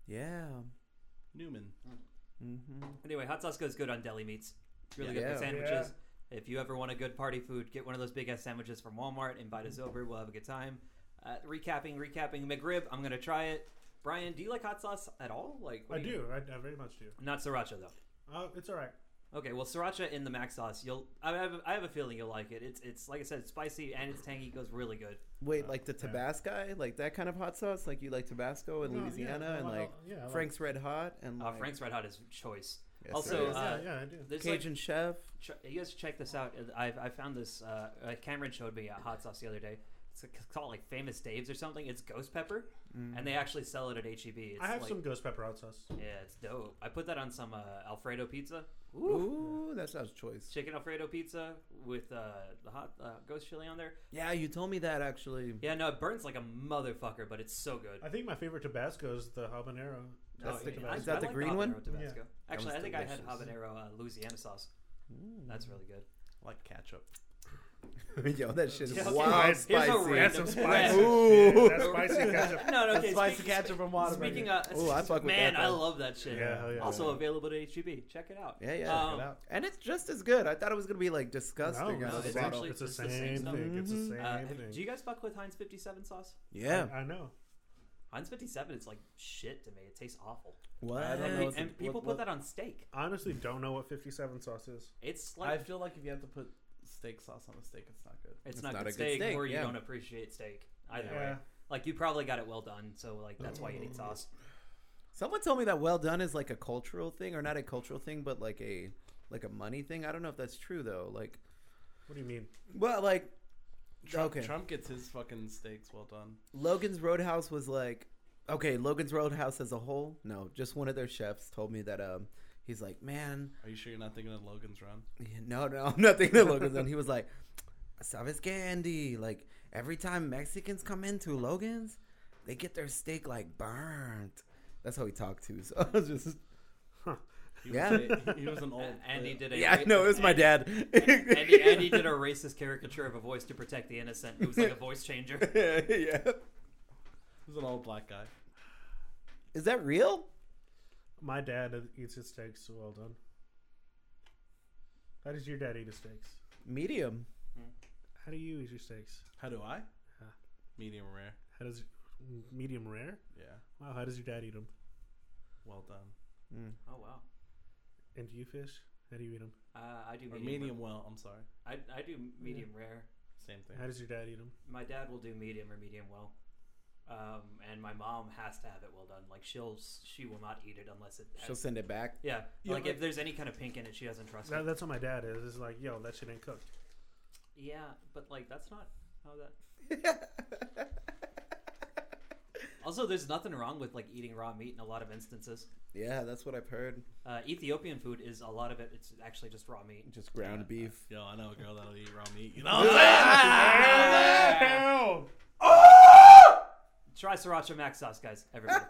S1: Yeah. mm-hmm.
S2: Newman.
S4: Anyway, hot sauce goes good on deli meats. It's Really
S1: Yeah.
S4: good for
S1: Yeah.
S4: sandwiches. If you ever want a good party food, get one of those big ass sandwiches from Walmart. Invite us over. We'll have a good time. Uh, recapping, recapping McRib. I'm gonna try it. Brian, do you like hot sauce at all? Like what
S3: I do. I, I very much do.
S4: Not sriracha though.
S3: Uh, it's all right.
S4: Okay, well, sriracha in the mac sauce, you'll. I have, I have a feeling you'll like it. It's, it's like I said, it's spicy and it's tangy. Goes really good.
S1: Wait, like the Tabasco, like that kind of hot sauce, like you like Tabasco in
S3: No, yeah,
S1: Louisiana,
S3: I
S1: and
S3: li-
S1: like
S3: yeah, I like-
S1: Frank's Red Hot, and
S4: Uh,
S1: like
S4: Frank's Red Hot is choice.
S1: Yes,
S4: also,
S1: it is.
S4: uh,
S3: yeah, yeah, I do.
S4: There's like-
S1: Cajun Chef.
S4: Ch- you guys should check this out. I I found this. Uh, uh, Cameron showed me a hot sauce the other day. It's c- called like Famous Dave's or something. It's ghost pepper, and they actually sell it at HEB. It's
S3: Mm. I have
S4: like,
S3: some ghost pepper hot sauce.
S4: Yeah, it's dope. I put that on some uh, Alfredo pizza,
S1: Ooh, that sounds choice.
S4: chicken Alfredo pizza with uh, the hot uh, ghost chili on there.
S1: Yeah, you told me that actually.
S4: Yeah, no, it burns like a motherfucker, but it's so good. Oh,
S3: I think my favorite Tabasco is the habanero.
S1: That's the-
S4: yeah,
S1: is that the
S4: like
S1: green one?
S4: habanero Tabasco. Actually, I
S1: one's
S4: think I had
S1: delicious.
S4: habanero uh, Louisiana sauce. That's really good.
S2: like ketchup.
S1: Yo, that shit is
S4: Yeah, okay,
S1: wild
S4: here's a
S1: spicy.
S4: random-
S3: That's some spicy.
S1: Ooh.
S3: Yeah, that's spicy ketchup.
S4: No, no,
S2: That's
S4: okay.
S2: spicy
S4: speaking-
S2: ketchup and water.
S4: Speaking of,
S1: Ooh, I fuck with
S4: man,
S1: that,
S4: I
S1: though.
S4: love that shit.
S3: Yeah, hell yeah.
S4: also
S3: Yeah.
S4: available at HEB. Check it out.
S1: Yeah, yeah,
S4: Um,
S1: and it's just as good. I thought it was gonna be like disgusting.
S3: No,
S1: out
S4: no,
S1: of the
S4: it's
S1: bottle.
S4: actually-
S3: it's the
S4: it's
S3: same
S4: the same
S3: thing.
S4: stuff.
S3: It's the same
S4: uh, have-
S3: thing.
S4: do you guys fuck with Heinz 57 sauce?
S1: yeah.
S3: I know.
S4: Heinz 57 is like shit to me. It tastes awful.
S1: What?
S2: I don't
S4: And,
S2: know what
S4: pe- and
S2: the-
S4: people
S2: what-
S4: put
S2: what-
S4: that on steak.
S3: Honestly, don't know what 57 sauce is.
S4: It's
S2: I
S4: like
S2: feel like if you have to put steak sauce on a steak, it's not good.
S4: it's
S1: It's
S4: not,
S1: not
S4: good
S1: a good
S4: steak,
S1: steak,
S4: or you
S1: yeah.
S4: don't appreciate steak. Either way,
S3: Yeah.
S4: like you probably got it well done, so like that's why you need sauce.
S1: Someone told me that well done is like a cultural thing, or not a cultural thing, but like a like a money thing. I don't know if that's true though. Like,
S3: What do you mean?
S1: well, like
S2: Trump,
S1: okay,
S2: Trump gets his fucking steaks well done.
S1: Logan's Roadhouse was like, okay, Logan's Roadhouse as a whole. No, just one of their chefs told me that. Um, he's like, man,
S2: Are you sure you're not thinking of Logan's Run?
S1: no, no, I'm not thinking of Logan's. and he was like, sabes que Andy, like every time Mexicans come into Logan's, they get their steak like burnt. That's how he talked to. So I was just
S2: He was
S1: Yeah.
S2: a- he was an old. uh,
S4: A- Andy did a
S1: Oh, yeah, I know it was my
S4: Andy-
S1: dad.
S4: Andy, Andy did a racist caricature of a voice to protect the innocent. It was like a voice changer.
S1: yeah.
S2: He was an old black guy.
S1: Is that real?
S3: My dad eats his steaks well done. How does your dad eat his steaks?
S1: Medium.
S3: How do you eat your steaks?
S2: How do I?
S3: Huh.
S2: Medium rare.
S3: How does medium rare?
S2: Yeah,
S3: Wow, how does your dad eat them?
S2: well done.
S4: Oh wow,
S3: And do you fish? How do you eat them?
S4: uh, I do
S2: Or
S4: medium.
S2: medium well. I'm sorry.
S4: I, I do medium rare.
S2: Same thing.
S3: How does your dad eat them?
S4: My dad will do medium or medium well, um, and my mom has to have it well done. Like she'll s- she will not eat it unless it.
S1: She'll
S4: Has,
S1: send it back.
S4: yeah,
S2: Yeah,
S4: like
S2: but-
S4: if there's any kind of pink in it, she doesn't trust
S3: That,
S4: it.
S3: that's what my dad is. It's like, yo, that shit ain't cooked.
S4: Yeah, but like that's not how that. Also, there's nothing wrong with like eating raw meat in a lot of instances.
S1: yeah, that's what I've heard.
S4: Uh, Ethiopian food is a lot of it. It's actually just raw meat.
S1: Just ground beef.
S2: Yo, I know a girl that'll eat raw meat. You know what I'm saying?
S4: Try sriracha mac sauce, guys. Everybody.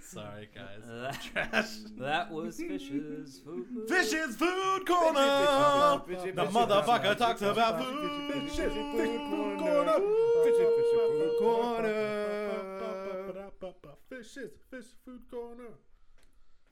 S2: Sorry, guys.
S4: Uh,
S2: Trash.
S4: that was fish's food.
S2: Fish is food corner. The motherfucker talks about food.
S1: food corner.
S3: Fish is fish food corner.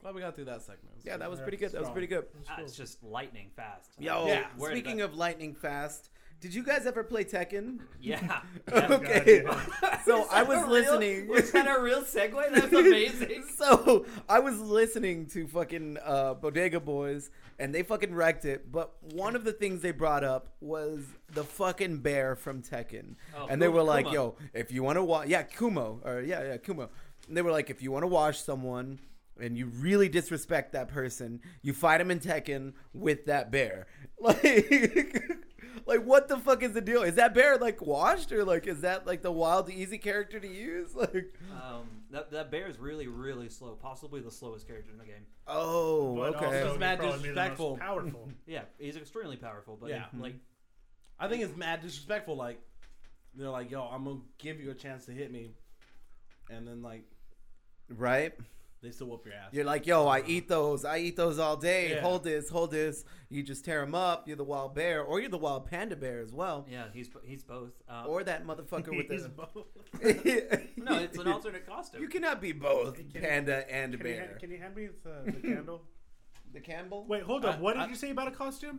S2: Well, we got through that segment.
S1: Yeah, that was pretty good. That was
S3: Strong.
S1: pretty good.
S4: Ah, it's just lightning fast.
S1: Yo,
S2: Yeah.
S4: Word
S1: speaking
S4: back.
S1: of lightning fast, did you guys ever play Tekken?
S4: Yeah.
S1: Oh, okay.
S3: God,
S1: So I was listening.
S4: Was that a real segue? That's amazing.
S1: So I was listening to fucking uh, Bodega Boys, and they fucking wrecked it. But one of the things they brought up was the fucking bear from Tekken,
S4: Oh,
S1: and they
S4: Kuma-
S1: were like,
S4: Kuma.
S1: "Yo, if you want to watch, yeah, Kumo, or yeah, yeah, Kumo." And they were like, "If you want to wash someone." And you really disrespect that person. You fight him in Tekken with that bear. Like, like what the fuck is the deal? Is that bear like washed or like is that like the wild easy character to use? Like,
S4: Um, that, that bear is really, really slow. Possibly the slowest character in the game.
S1: oh,
S3: But
S1: okay.
S3: also,
S2: It's mad
S3: he'd probably be the most
S2: disrespectful.
S3: Powerful.
S4: Yeah, he's extremely powerful, but
S2: Yeah.
S4: like,
S2: I think it's mad disrespectful. Like they're like, "Yo, I'm gonna give you a chance to hit me," and then like
S1: Right?
S2: they still whoop your ass.
S1: You're like, yo, I eat those. I eat those all day.
S2: Yeah.
S1: Hold this, hold this. You just tear them up. You're the wild bear, or you're the wild panda bear as well,
S4: yeah, he's he's both. Um,
S1: or that motherfucker with
S3: He's
S1: the.
S3: both.
S4: no, it's an alternate costume.
S1: You cannot be both
S3: Can-
S1: panda and
S3: Can you,
S1: bear.
S3: ha- can you hand me the, the candle?
S1: the Campbell.
S3: Wait, hold up.
S2: I-
S3: what did
S2: I-
S3: you say about a costume?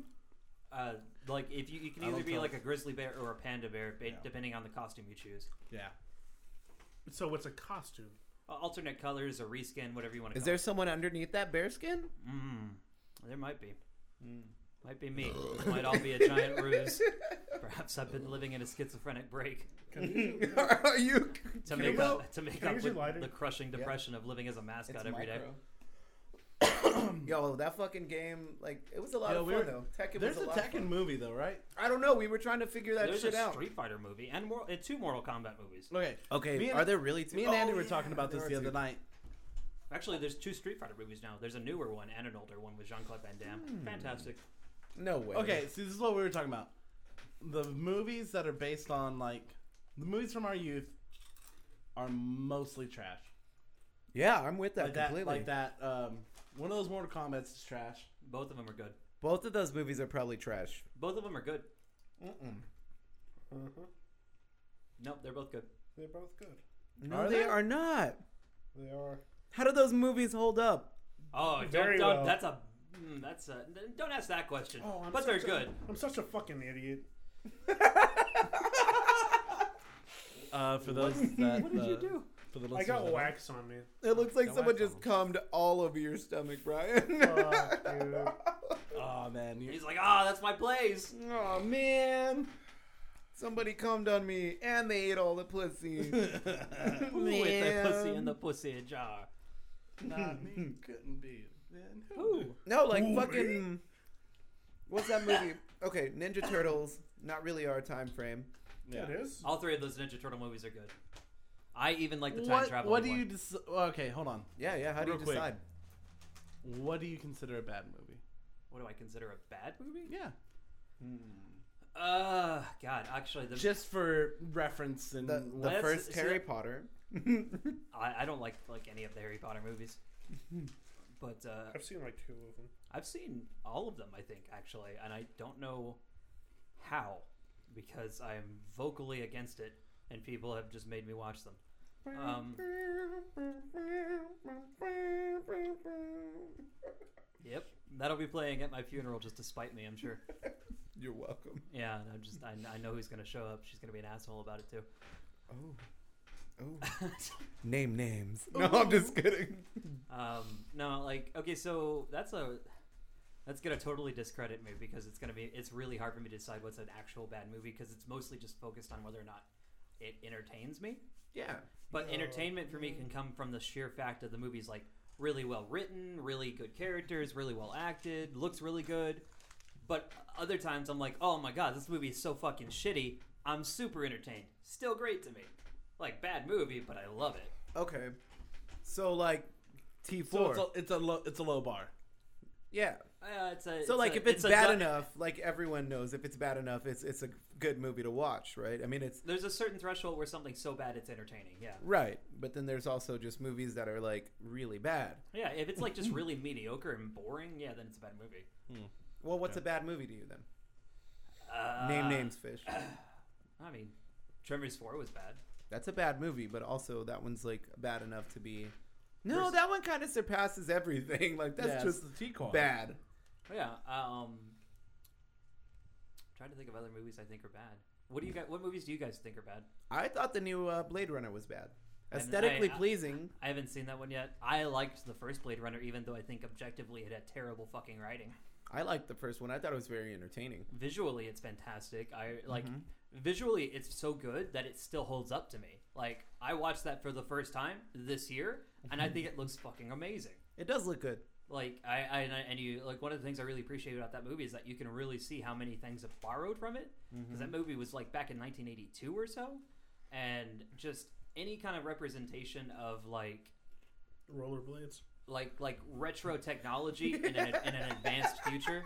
S4: uh, like if you, you can
S2: I
S4: either
S2: don't
S4: be
S2: know.
S4: like a grizzly bear or a panda bear, ba-
S2: Yeah.
S4: depending on the costume you choose.
S2: Yeah.
S3: So what's a costume?
S4: Uh, alternate colors, a reskin, whatever you want to.
S1: Is there someone underneath that bear skin?
S4: Mm. There might be. Mm. Might be me. This might all be a giant ruse. Perhaps I've been living in a schizophrenic break
S3: Can you-
S1: Are you?
S4: to make
S1: Kumo?
S4: up to make
S3: can I
S4: up
S3: use
S4: with
S3: your lighter?
S4: the crushing depression of living as a mascot
S1: It's
S4: every day.
S1: micro. Yo, that fucking game, like, it was a lot
S2: Yo,
S1: of
S2: we
S1: fun
S2: were-
S1: though. Tekken
S2: There's
S1: was
S2: a
S1: a, lot of
S2: Tekken
S1: fun.
S2: movie though, right?
S1: I don't know. We were trying to figure that
S4: There's
S1: shit
S4: a
S1: out.
S4: Street Fighter movie and, Mor- and two Mortal Kombat movies.
S2: Okay.
S1: Okay,
S2: Me and-
S1: are there really two?
S2: Me and
S1: Oh,
S2: Andy were
S1: yeah,
S2: talking about
S1: there
S2: this
S1: are
S2: the other
S1: two.
S2: night.
S4: Actually, there's two Street Fighter movies now. There's a newer one and an older one with Jean Claude Van Damme.
S3: Hmm.
S4: Fantastic.
S1: No way.
S2: Okay, see, this is what we were talking about. The movies that are based on like the movies from our youth are mostly trash.
S1: Yeah, I'm with that
S2: Like that,
S1: completely.
S2: like that. Um, one of those Mortal Kombat's is trash.
S4: Both of them are good.
S1: Both of those movies are probably trash.
S4: Both of them are good.
S3: Uh-huh.
S4: Nope, they're both good.
S3: They're both good.
S1: No,
S2: Are
S1: they,
S2: they?
S1: are not.
S3: They are.
S1: How do those movies hold up?
S4: Oh,
S3: Very
S4: don't, don't
S3: well.
S4: that's a mm, that's a don't ask that question.
S3: Oh, I'm
S4: but
S3: such
S4: they're
S3: a-
S4: good.
S3: I'm such a fucking idiot.
S2: Uh, for those that
S4: What did you do?
S2: For the
S3: I
S2: listeners
S3: got
S2: that-
S3: wax on me.
S1: It looks like
S4: Don't
S1: someone
S4: act
S1: just
S4: on
S1: cummed all over your stomach, Brian.
S3: Fuck, dude.
S2: Oh man, you
S4: He's like, ah, that's my place.
S1: oh man. Somebody cummed on me and they ate all the pussy.
S4: Ooh, it's a pussy in
S1: Man.
S4: the pussy jar.
S2: not me. Couldn't be. Then
S4: Ooh.
S1: No, like
S3: Ooh,
S1: fucking. What's that movie? Okay, Ninja Turtles. Not really our time frame.
S2: Yeah.
S3: It is.
S4: All three of those Ninja Turtle movies are good. I even like the time
S2: What,
S4: travel.
S2: what do
S4: one.
S2: you? Dis- okay, hold on.
S1: Yeah, yeah. How do
S2: Real
S1: you
S2: quick.
S1: decide?
S2: What do you consider a bad movie?
S4: What do I consider a bad movie?
S2: Yeah.
S4: Uh, God, actually, the,
S2: Just for reference and
S1: The, the
S4: Let's-
S1: first
S4: see-
S1: Harry Potter.
S4: I, I don't like like any of the Harry Potter movies. But uh,
S3: I've seen like two of them.
S4: I've seen all of them, I think, actually, and I don't know how because I'm vocally against it, and people have just made me watch them. Um, Yep, that'll be playing at my funeral just to spite me, I'm sure.
S1: You're welcome.
S4: Yeah, and I'm just I, I know who's gonna show up. She's gonna be an asshole about it too.
S1: Oh. Oh. Name names. Oh. No, I'm just kidding.
S4: um, no, like okay, so that's a that's gonna totally discredit me because it's gonna be it's really hard for me to decide what's an actual bad movie because it's mostly just focused on whether or not it entertains me.
S1: Yeah.
S4: But
S3: No.
S4: entertainment for me can come from the sheer fact of the movie's like really well written, really good characters, really well acted, looks really good. But other times I'm like, oh my god, this movie is so fucking shitty. I'm super entertained. Still great to me. Like bad movie, but I love it.
S1: Okay. So like T4.
S2: so it's a it's a low it's a low bar.
S1: yeah.
S4: Uh, it's a,
S1: So like
S4: a-
S1: if it's,
S4: a
S1: bad
S4: du-
S1: enough, like everyone knows if it's bad enough, it's it's a good movie to watch, right? I mean, it's
S4: there's a certain threshold where something's so bad it's entertaining. Yeah,
S1: right, but then there's also just movies that are like really bad.
S4: yeah. If it's like just really mediocre and boring, yeah, then it's a bad movie.
S1: Well, what's a bad movie to you then?
S4: Uh,
S1: Name names, fish.
S4: I mean, Tremors Four was bad.
S1: That's a bad movie, but also that one's like bad enough to be. No,
S4: There's-
S1: that one kind of surpasses everything. Like that's
S2: Yeah, it's
S1: just
S2: the T card.
S1: bad.
S4: But yeah. Um, trying to think of other movies I think are bad. What do you guys? What movies do you guys think are bad?
S1: I thought the new uh, Blade Runner was bad.
S4: haven't-
S1: Aesthetically
S4: I- I-
S1: pleasing.
S4: I haven't seen that one yet. I liked the first Blade Runner, even though I think objectively it had terrible fucking writing.
S1: I liked the first one. I thought it was very entertaining.
S4: visually it's fantastic i like visually it's so good that it still holds up to me like i watched that for the first time this year and i think it looks fucking amazing
S1: It does look good.
S4: like I, I and I- and you like one of the things i really appreciate about that movie is that you can really see how many things have borrowed from it because that movie was like back in 1982 or so and just any kind of representation of like
S3: Rollerblades.
S4: like like retro technology in, an, in an advanced future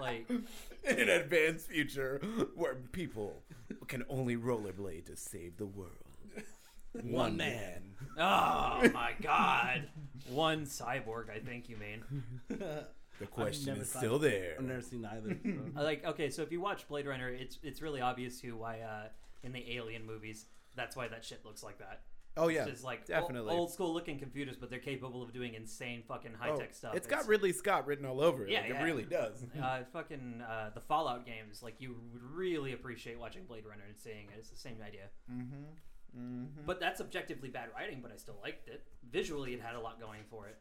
S4: like
S1: In an advanced future where people can only rollerblade to save the world. One man.
S4: Oh my god. One cyborg, I think you mean.
S1: The
S2: never thought-
S1: there.
S2: I've never seen either. so.
S4: Uh, Like, okay, so if you watch Blade Runner, it's it's really obvious who why uh, in the Alien movies, that's why that shit looks like that.
S1: Oh
S4: It's
S1: yeah,
S4: just like
S1: definitely.
S4: old school looking computers, but they're capable of doing insane fucking high
S1: Oh,
S4: tech stuff.
S1: It's got Ridley Scott written all over it.
S4: Yeah,
S1: like,
S4: yeah.
S1: it really does.
S4: uh, fucking uh, the Fallout games. Like you would really appreciate watching Blade Runner and seeing it. It's the same idea.
S1: Mm-hmm.
S4: But that's objectively bad writing, but I still liked it. Visually, it had a lot going for it.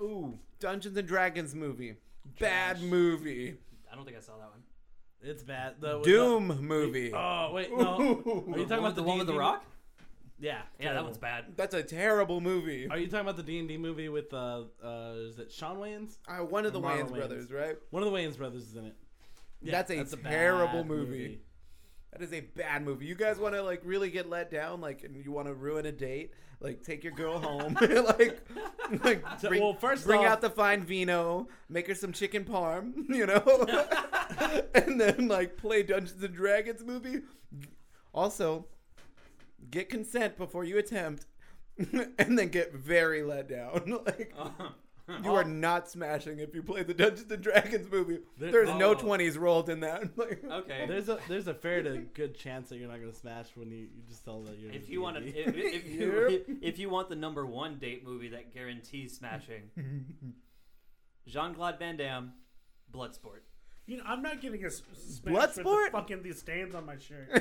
S1: Ooh, Dungeons and Dragons movie. Bad movie.
S4: I don't think I saw that one.
S2: It's bad.
S1: Oh,
S2: The, with
S1: Doom movie.
S2: The, oh wait, no. Are you
S4: The
S2: talking
S4: one-
S2: about
S4: the one with the
S2: D&D
S4: rock?
S2: Yeah,
S4: Yeah, that
S2: terrible.
S4: one's bad.
S1: That's a terrible movie.
S2: Are you talking about the D and D movie with uh, uh, is it Sean Wayans?
S1: Uh, one of the Wayans
S2: Marlon Wayans.
S1: brothers, right?
S2: One of the Wayans brothers is in it.
S1: That's a
S2: bad
S1: terrible movie. That is a bad movie. You guys want to like really get let down, like, and you want to ruin a date, like, take your girl home, like, like
S2: So-
S1: bring,
S2: well, first
S1: bring
S2: off-
S1: out the fine vino, make her some chicken parm, you know, and then like play Dungeons and Dragons movie. Also, get consent before you attempt, and then get very let down. like, you
S2: Oh.
S1: are not smashing if you play the Dungeons and Dragons movie.
S2: There-
S1: There's
S4: oh.
S1: no twenties rolled in that. Like-
S4: Okay.
S2: There's a there's a fair to good chance that you're not gonna smash when you, you just tell that you're.
S4: if
S2: into
S4: you want to,
S2: D&D.
S4: if, if you if you want the number one date movie that guarantees smashing, Jean Claude Van Damme, Bloodsport.
S3: You know, I'm not getting a s- smash with the
S1: Bloodsport?
S3: fucking these stains on my shirt.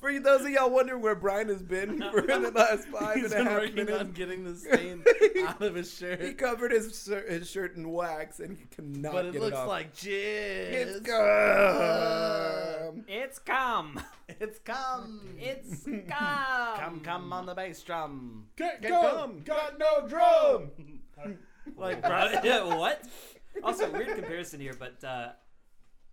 S1: For those of y'all wondering where Brian has been for the last five
S2: He's
S1: and a
S2: been
S1: half
S2: working
S1: minutes,
S2: on getting the stain out of his
S1: he
S2: shirt,
S1: covered his, shir- his shirt in wax and he cannot
S2: but it
S1: get
S2: looks
S1: it off.
S2: like jizz.
S1: it's gum.
S4: It's come.
S2: It's come.
S4: It's come.
S2: Come, come on the bass drum.
S1: Get
S2: gum.
S1: got no drum.
S2: Like,
S4: What? Yeah, what? Also, weird comparison here, but uh,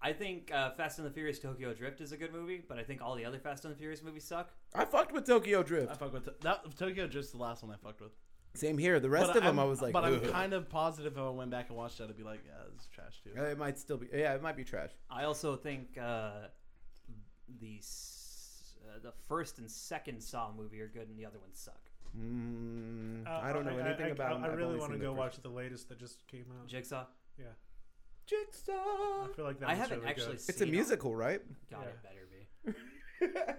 S4: I think uh, Fast and the Furious Tokyo Drift is a good movie, but I think all the other Fast and the Furious movies suck.
S1: I fucked with Tokyo
S2: I
S1: Drift.
S2: fuck with that. Tokyo Drift's the last one I fucked with.
S1: Same here. The rest
S2: But
S1: of them,
S2: I'm-
S1: I was like,
S2: but I'm
S1: "Ugh."
S2: kind of positive if I went back and watched that, I'd be like, yeah, this is trash too.
S1: it might still be. Yeah, it might be trash.
S4: I also think uh, the s- uh, the first and second Saw movie are good, and the other ones suck.
S1: Mm, I don't know anything
S3: Uh, I,
S1: about.
S3: I, I really want to go watch the latest that just came out.
S4: Jigsaw.
S3: Yeah,
S1: Jigsaw.
S3: I feel like that.
S4: I
S3: one's
S4: haven't
S3: really
S4: actually
S3: Good.
S4: seen.
S1: It's a musical, right?
S4: It. God,
S3: Yeah.
S4: it better be.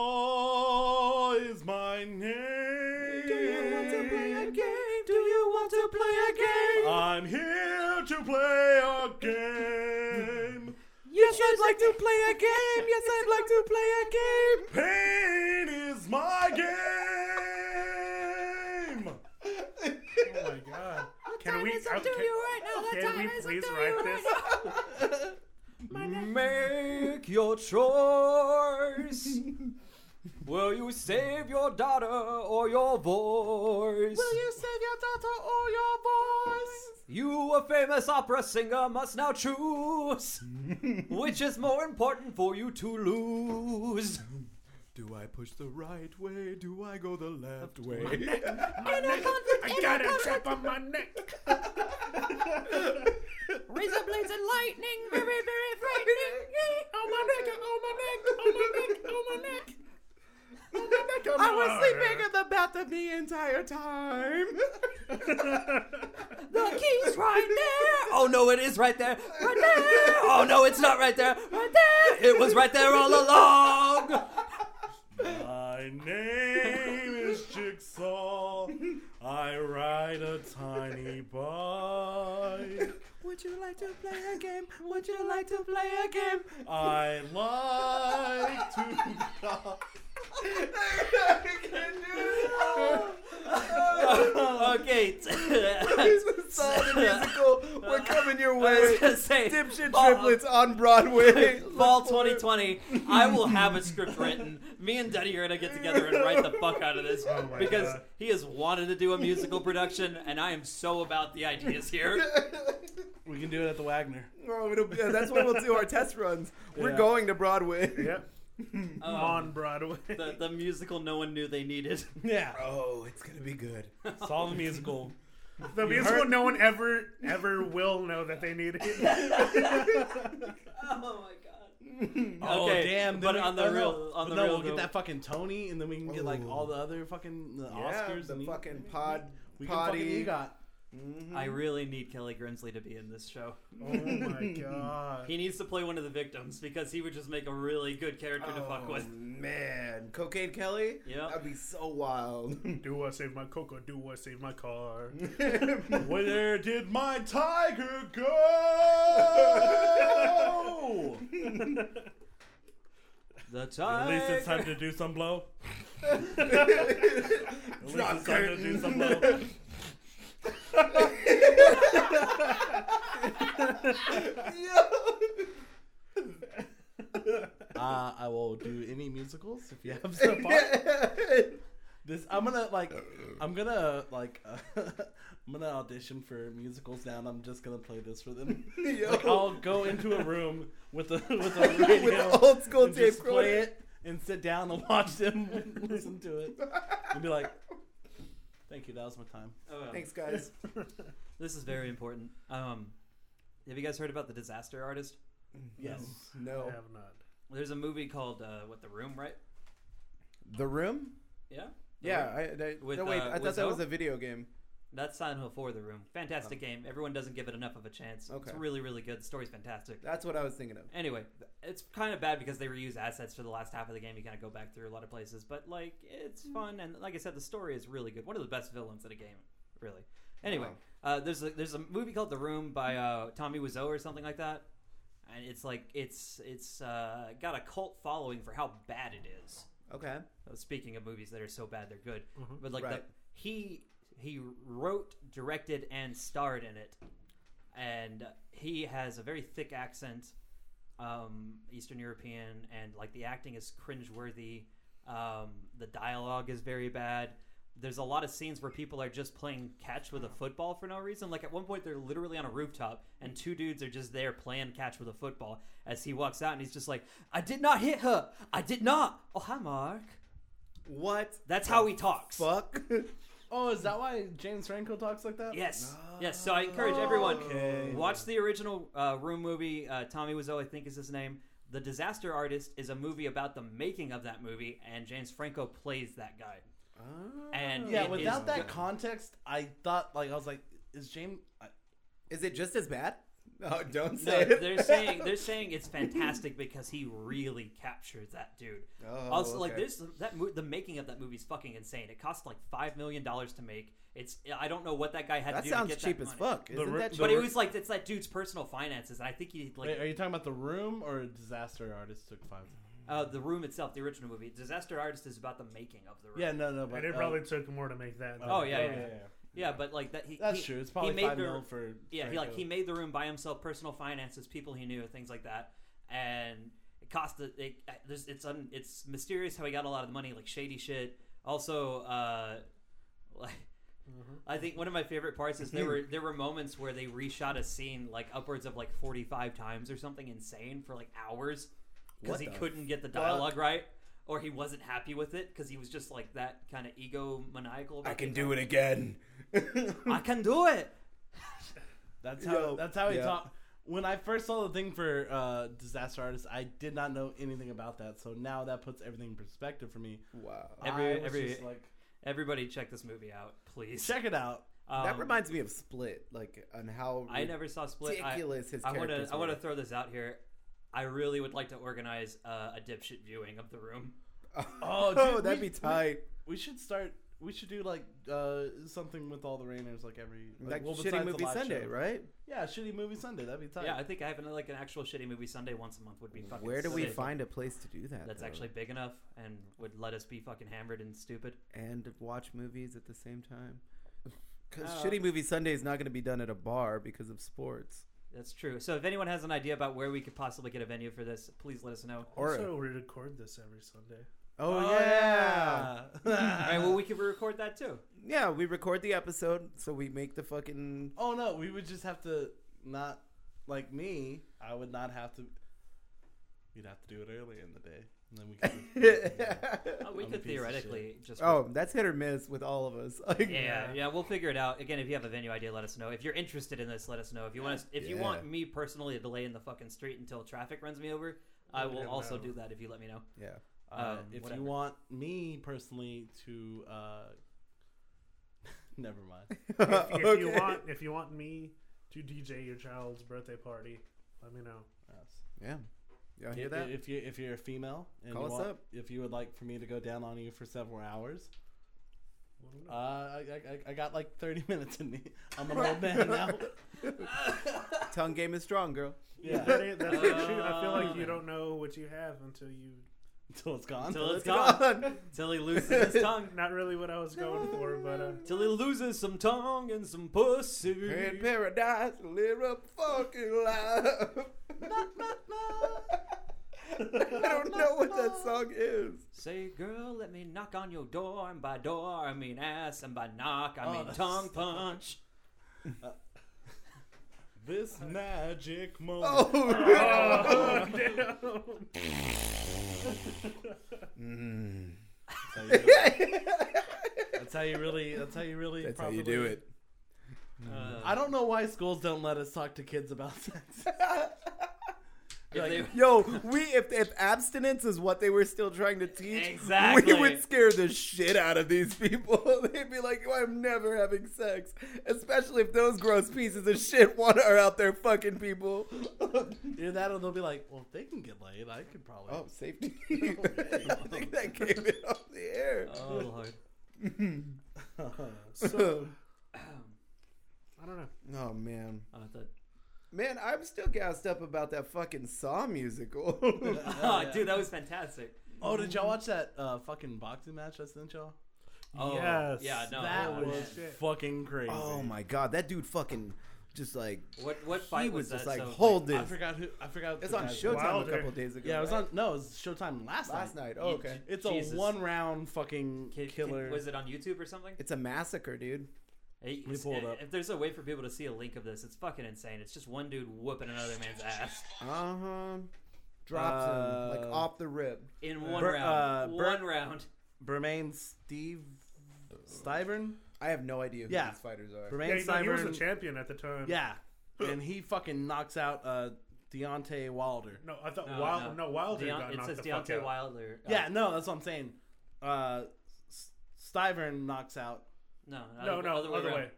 S2: Jigsaw is my name.
S1: game? Do you want to play
S2: I'm here to play a game.
S1: Yes, I'd like to play a game. Yes, I'd like to play a game.
S2: Pain is my game.
S3: Oh my god! Can
S5: time
S3: we?
S5: is up
S3: um,
S5: to
S3: can,
S5: you right now. What
S3: Can
S5: time
S3: we
S5: is up
S3: please
S5: to
S3: write
S5: you
S3: this?
S4: Make your choice. Will you save your daughter or your voice?
S1: save your daughter or your voice?
S4: You, a famous opera singer, must now choose which is more important for you to lose.
S1: Do I push the right way? Do I go the left way?
S5: Inner conflict,
S3: I
S5: inner
S3: got a
S5: conflict,
S3: trap on my neck.
S5: razor blades and lightning, very, very frightening. oh my neck, oh my neck, oh my neck, oh my neck.
S1: I was sleeping in the bathroom the entire time.
S4: The key's right there. Oh no, it is right there. Right there. Oh no, it's not right there. Right there. It was right there all along.
S2: My name is Jigsaw. I ride a tiny bike.
S1: Would you like to play a game? Would you like to play a game?
S2: I like to.
S4: okay.
S1: This is the musical. We're coming your
S4: I was
S1: way.
S4: gonna say,
S1: Dipshit
S4: fall-
S1: triplets on Broadway.
S4: Fall
S1: Look for it.
S4: 2020, I will have a script written. Me and Duddy are gonna get together and write the fuck out of this
S3: Oh my
S4: because
S3: God.
S4: he has wanted to do a musical production, and I am so about the ideas here.
S2: We can do it at the Wagner.
S1: Oh, it'll be, yeah, that's when we'll do our test runs. We're
S2: Yeah.
S1: going to Broadway.
S3: Yep.
S4: Um,
S3: on Broadway.
S4: the, the musical no one knew they needed.
S2: Yeah.
S1: Oh, it's gonna be good.
S2: It's all the musical.
S3: The musical
S2: heard-
S3: no one ever ever will know that they need it.
S4: Oh my god.
S2: Oh
S4: okay,
S2: damn! then
S4: But
S2: we-
S4: on the
S2: oh, no.
S4: real, on the
S2: no,
S4: real,
S2: we'll get
S4: note-
S2: that fucking Tony, and then we can get like
S1: Ooh.
S2: all the other fucking the
S1: Yeah,
S2: Oscars.
S1: the
S2: and
S1: fucking pod
S2: we can
S1: potty.
S2: fucking EGOT.
S4: I really need Kelly Grimsley to be in this show.
S3: oh my god.
S4: He needs to play one of the victims because he would just make a really good character to fuck
S1: Oh
S4: with.
S1: man, Cocaine Kelly.
S4: Yep.
S1: that'd be so wild.
S3: Do I save my cocoa? Do I save my car?
S2: Where did my tiger go?
S4: The time.
S2: to do some blow. least it's starting to do something else. Uh, I will do any musicals if you have some. This I'm gonna like I'm gonna like uh, I'm gonna audition for musicals now and I'm just gonna play this for them.
S1: Yo.
S2: Like I'll go into a room with a with a
S1: With
S2: radio
S1: old school
S2: and
S1: tape
S2: just play
S1: recorder.
S2: it and sit down and watch them listen to it and be like, "Thank you, that was my time."
S4: Oh, um,
S1: Thanks, guys.
S4: This is very important. Um, have you guys heard about the disaster artist?
S2: Yes.
S3: I
S1: No.
S3: have not.
S4: There's a movie called uh, what, The Room, right?
S1: The Room?
S4: Yeah. The
S1: Yeah.
S4: Room?
S1: I, I,
S4: With,
S1: no, wait.
S4: uh,
S1: I thought that
S4: Lizzo?
S1: was a video game.
S4: That's Silent Hill 4, The Room. Fantastic game. Everyone doesn't give it enough of a chance.
S1: Oh. Okay.
S4: It's really, really good. The story's fantastic.
S1: That's what I was thinking of.
S4: Anyway, it's kind of bad because they reuse assets for the last half of the game. You kind of go back through a lot of places, but like it's fun and like I said, the story is really good. One of the best villains in a game, really. Anyway,
S1: Wow.
S4: uh, there's a, there's a movie called The Room by uh, Tommy Wiseau or something like that, and it's like it's it's uh, got a cult following for how bad it is.
S1: Okay.
S4: Uh, Speaking of movies that are so bad they're good,
S3: Mhm.
S4: but like
S1: Right.
S4: the, he he wrote, directed, and starred in it, and he has a very thick accent, um, Eastern European, and like the acting is cringeworthy. Um, the dialogue is very bad. There's a lot of scenes where people are just playing catch with a football for no reason. Like at one point, they're literally on a rooftop, and two dudes are just there playing catch with a football. As he walks out, and he's just like, "I did not hit her. I did not." Oh hi, Mark.
S1: What?
S4: That's how he talks.
S1: Fuck.
S2: Oh, is that why James Franco talks like that?
S4: Yes. Yes. So I encourage everyone
S1: Oh.
S2: Okay.
S4: watch the original uh, Room movie. Uh, Tommy Wiseau, I think, is his name. The Disaster Artist is a movie about the making of that movie, and James Franco plays that guy. And
S2: Yeah.
S4: it is
S2: Without that
S4: good.
S2: context, I thought like I was like, "Is James?" I,
S1: Is it just as bad? Oh, don't
S4: No,
S1: say it.
S4: they're saying they're saying it's fantastic because he really captured that dude.
S1: Oh,
S4: also, like
S1: okay.
S4: there's that mo- the making of that movie is fucking insane. It cost like five million dollars to make. It's I don't know what that guy had
S1: That
S4: to do
S1: sounds
S4: to get
S1: cheap
S4: that
S1: as
S4: money.
S1: fuck.
S3: The
S1: Isn't
S3: ri-
S1: that
S3: the
S1: cheap?
S4: But it
S3: ri-
S4: was like it's that dude's personal finances, and I think he like
S2: wait, are you talking about the room or Disaster Artist took five?
S4: Uh, the Room itself, the original movie. Disaster Artist is about the making of the Room.
S2: Yeah, no, no, but
S3: And it
S2: uh,
S3: probably took more to make that. than-
S4: Oh, yeah, yeah. Yeah, but like that. He,
S2: That's
S4: he-
S2: true. It's
S4: he
S2: probably
S4: made
S2: five
S4: the-
S2: mil for.
S4: Yeah, he like he made the room by himself, personal finances, people he knew, things like that, and it cost the. It, uh, there's, it's un, it's mysterious how he got a lot of the money, like shady shit. Also, uh, like.
S1: Mm-hmm.
S4: I think one of my favorite parts is there were there were moments where they reshot a scene like upwards of like forty five times or something insane for like hours because
S1: What
S4: he
S1: the
S4: couldn't get the dialogue right or he wasn't happy with it because he was just like that kind of egomaniacal.
S1: I can do it again.
S4: I can do it.
S2: That's how.
S1: Yo,
S2: that's how he
S1: yeah.
S2: talked. When I first saw the thing for uh, Disaster Artist, I did not know anything about that. So now that puts everything in perspective for me.
S1: wow.
S4: Every-
S2: I was
S4: every-
S2: just like,
S4: Everybody, check this movie out, please.
S2: check it out.
S4: Um,
S1: that reminds me of Split, like on how
S4: I never saw Split.
S1: ridiculous his
S4: I, I want to.
S1: characters
S4: I want to
S1: were.
S4: throw this out here. I really would like to organize uh, a dipshit viewing of the room.
S2: Oh, dude,
S1: that'd
S2: we-
S1: be tight.
S2: We should start. We should do like uh, something with all the Rainers, like every like,
S1: Like
S2: well,
S1: shitty
S2: besides the
S1: movie
S2: live
S1: Sunday,
S2: show.
S1: right?
S2: Yeah, shitty movie Sunday. That'd be tight.
S4: Yeah, I think having like an actual shitty movie Sunday once a month would be fucking.
S1: Where do we
S4: sick.
S1: find a place to do that?
S4: that's
S1: though?
S4: actually big enough and would let us be fucking hammered and stupid?
S1: and watch movies at the same time. Because
S4: Uh,
S1: shitty movie Sunday is not going to be done at a bar because of sports.
S4: That's true. So if anyone has an idea about where we could possibly get a venue for this, please let us know.
S1: Or
S3: also, we record this every Sunday.
S1: oh, yeah,
S4: All right, well we could record that too.
S1: yeah. We record the episode, so we make the fucking.
S2: Oh no, we would just have to not like me. I would not have to. We'd have to do it early in the day, and then we. Could
S4: Uh, we
S2: I'm a
S4: could
S2: piece of
S4: theoretically just
S1: oh, that's hit or miss with all of us. Like,
S4: Yeah, yeah, we'll figure it out. Again, if you have a venue idea, let us know. If you're interested in this, let us know. If you want, us, if you
S1: Yeah.
S4: want me personally to delay in the fucking street until traffic runs me over, I will
S3: Yeah,
S4: also
S3: no.
S4: do that if you let me know.
S1: yeah.
S2: uh,
S4: Um,
S2: if
S4: whatever.
S2: you want me personally to, uh, never mind.
S3: If, if you
S1: Okay.
S3: want, if you want me to DJ your child's birthday party, let me know.
S2: Yes.
S1: Yeah, y'all hear
S2: If,
S1: that?
S2: if you if you're a female, and
S1: Call
S2: you
S1: us
S2: want-
S1: up.
S2: If you would like for me to go down on you for several hours,
S3: Let me
S2: uh, I,
S3: know.
S2: I, I- I got like 30 minutes in me. I'm an old man now.
S1: Tongue game is strong, girl.
S2: Yeah.
S3: That is- that's the truth. I feel like
S4: Uh,
S3: you don't know what you have until you
S2: Until it's gone.
S4: Until
S1: It's
S4: it's gone.
S1: gone.
S4: Till he loses his tongue.
S3: Not really what I was going for, but uh,
S4: Till he loses some tongue and some pussy.
S1: In paradise, live a fucking life. I don't know what that song is.
S4: Say, girl, let me knock on your door. And by door, I mean ass. And by knock, I
S2: Oh,
S4: mean
S2: that's-
S4: tongue punch.
S2: This magic moment.
S1: Oh, Mm-hmm.
S2: That's how you do it. That's how you really. That's how you really.
S1: that's how you do
S2: properly-
S1: it.
S4: Uh,
S2: I don't know why schools don't let us talk to kids about sex.
S4: if they-
S1: Yo, we if, if abstinence is what they were still trying to teach,
S4: Exactly.
S1: we would scare the shit out of these people. They'd be like, "I'm never having sex," especially if those gross pieces of shit want are out there fucking people.
S2: Either that, or they'll be like, "Well, if they can get laid, I could probably."
S1: Oh, safety. I think that came it off the air.
S4: oh, Lord.
S1: So,
S3: I don't know.
S1: oh man,
S4: Oh, I thought-
S1: man, I'm still gassed up about that fucking Saw musical.
S4: Oh, dude, that was fantastic.
S2: Oh, did y'all watch that uh, fucking boxing match I sent y'all?
S4: Oh,
S3: Yes,
S4: yeah, no.
S2: that
S4: oh,
S2: was
S4: man.
S3: shit.
S2: fucking crazy.
S1: oh my god, that dude fucking just like
S4: What what
S1: he
S4: fight
S1: was
S4: was,
S1: just
S4: that?
S1: like,
S4: so,
S1: hold
S2: I
S1: this.
S2: forgot who. I forgot.
S1: It's
S2: the
S1: on
S2: guy's-
S1: Showtime
S3: Wilder.
S1: a couple days ago.
S2: Yeah, it was
S1: right?
S2: on. No, it was Showtime last,
S1: last night. Oh,
S4: You-
S1: okay.
S2: It's a
S4: Jesus.
S2: one-round fucking
S4: Can- can-
S2: killer.
S4: was it on YouTube or something?
S1: It's a massacre, dude.
S4: Hey,
S2: me
S4: it's-
S2: pull it up.
S4: If there's a way for people to see a link of this, it's fucking insane. It's just one dude whooping another man's ass
S1: Uh huh.
S2: Uh-huh.
S1: Drops him like
S2: Uh,
S1: off the rip.
S4: in one
S2: Bur-
S4: round.
S2: uh, Bur-
S4: one round.
S2: Bermain Steve
S1: Uh,
S2: Stivern.
S1: I have no idea who
S2: Yeah.
S1: these fighters are.
S2: Bermain
S3: Yeah, you know, he was the
S2: Stivern-
S3: champion at the time.
S2: Yeah, and he fucking knocks out uh, Deontay Wilder.
S3: No, I thought
S4: No,
S3: Wild,
S4: Oh, no.
S3: no. Wilder
S4: Deon-
S3: got
S4: it
S3: knocked
S4: says
S3: the fuck
S4: Deontay
S3: out.
S4: Wilder. uh,
S2: Yeah, no, that's what I'm saying. Uh, S- Stivern knocks out.
S4: no,
S3: No,
S4: other-
S3: no,
S4: other way. around.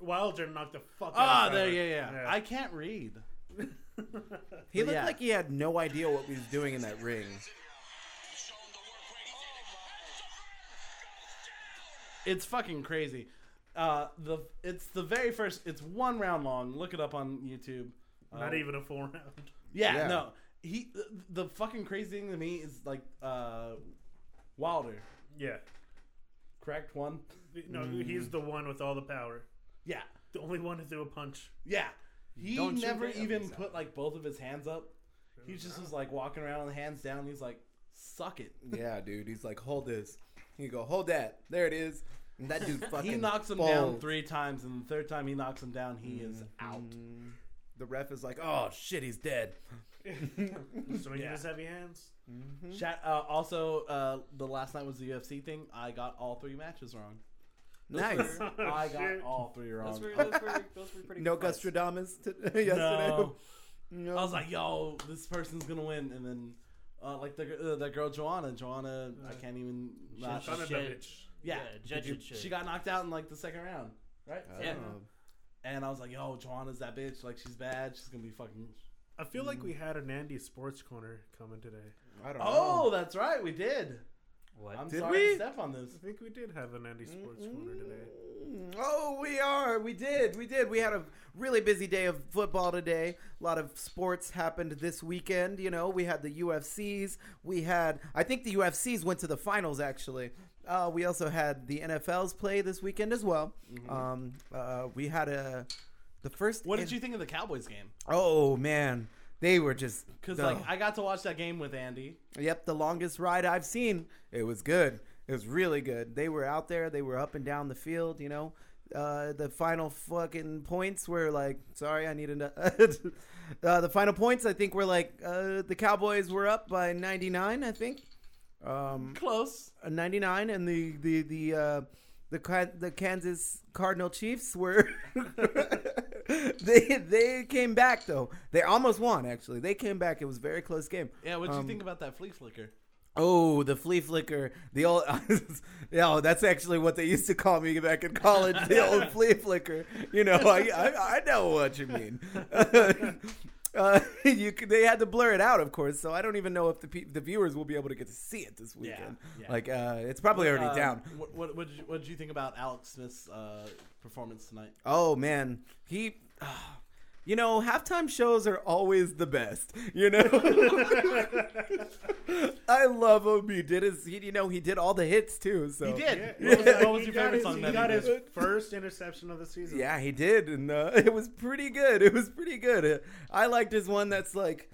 S3: Wilder knocked the fuck
S2: Ah,
S3: out.
S2: there,
S3: Stivern.
S2: yeah, yeah, I can't read.
S1: He looked
S2: Yeah.
S1: like he had no idea what he was doing in that ring.
S2: It's fucking crazy. Uh, the it's the very first. It's one round long. Look it up on YouTube. Uh,
S3: Not even a full round.
S2: Yeah,
S1: Yeah.
S2: no. He th- the fucking crazy thing to me is like uh, Wilder,
S3: Yeah.
S2: correct one.
S3: No,
S2: Hmm.
S3: he's the one with all the power.
S2: Yeah,
S3: The only one to do a punch.
S2: yeah. He
S1: Don't you
S2: never
S1: dare
S2: even
S1: use that.
S2: put like both of his hands up. He just was like walking around with hands down. He's like, "Suck it."
S1: Yeah, dude. He's like, hold this. He go, hold that. There it is. And that dude fucking.
S2: He knocks him down
S1: falls.
S2: three times, and the third time he knocks him down, he is
S1: Mm-hmm.
S2: out.
S1: The ref is like, oh shit, he's dead.
S3: Swinging
S2: Yeah.
S3: his heavy hands.
S2: Sha- uh, also, uh, the last night was the UFC thing. I got all three matches wrong.
S1: Nice.
S3: Oh,
S2: I got
S3: shit.
S2: all three wrong.
S4: Those were, those were, those were pretty
S1: No
S4: good fights.
S1: Gustradamus t-
S2: No.
S1: yesterday.
S2: I was like, "Yo, this person's gonna win," and then. Uh, like the uh, that girl Joanna, Joanna, I can't even. not-
S3: Son of a
S4: Shit.
S3: bitch.
S2: yeah,
S4: Yeah, judge
S2: you-
S4: it shit.
S2: she got knocked out in like the second round, right?
S4: Yeah.
S2: And I was like, "Yo, Joanna's that bitch. Like she's bad. She's gonna be fucking."
S3: I feel like we
S2: Hmm.
S3: had an Andy Sports Corner coming today.
S1: I don't
S2: Oh, that's right, we did.
S4: What?
S2: I'm
S1: Did
S2: sorry
S1: we?
S2: to step on this.
S3: I think we did have an Andy Sports Corner today.
S1: Mm, Oh, we are. We did. We did. We had a really busy day of football today. A lot of sports happened this weekend. You know, we had the UFCs. We had, I think the UFCs went to the finals, actually. Uh, we also had the NFL's play this weekend as well. Um, uh, we had a. The first.
S2: Mm-hmm. What did you think of the Cowboys game?
S1: Oh, man. They were just.
S2: Because
S1: oh.
S2: like I got to watch that game with Andy.
S1: Yep, the longest ride I've seen. It was good. It was really good. They were out there. They were up and down the field. You know, uh, the final fucking points were like, sorry, I need another. uh, the final points, I think, were like uh, the Cowboys were up by 99. I think um,
S2: Close.
S1: uh, 99, and the the the uh, the Ca- the Kansas Cardinal Chiefs were. they they came back though. They almost won. Actually, they came back. It was a very close game.
S2: Yeah. What would
S1: Um,
S2: you think about that flea flicker?
S1: Oh, the flea flicker. The old, yo, that's actually what they used to call me back in college. The old flea flicker. You know, I, I, I know what you mean. uh, you, c- they had to blur it out, of course. So I don't even know if the pe- the viewers will be able to get to see it this weekend.
S2: yeah.
S1: Like, uh, it's probably already
S2: Um,
S1: down.
S2: What what what did, you, what did you think about Alex Smith's uh, performance tonight?
S1: Oh man, he. Oh, You know, halftime shows are always the best. You
S2: Mm-hmm.
S1: know, I love him. He did his, he, you know, he did all the hits too. So
S2: He did.
S3: Yeah.
S2: What was, what was
S3: He
S2: your
S3: got
S2: favorite
S3: his-
S2: song?
S3: He
S2: that
S3: got
S2: he
S3: his
S2: did?
S3: first interception of the season.
S1: Yeah, he did, and uh, it was pretty good. It was pretty good. Uh, I liked his one that's like,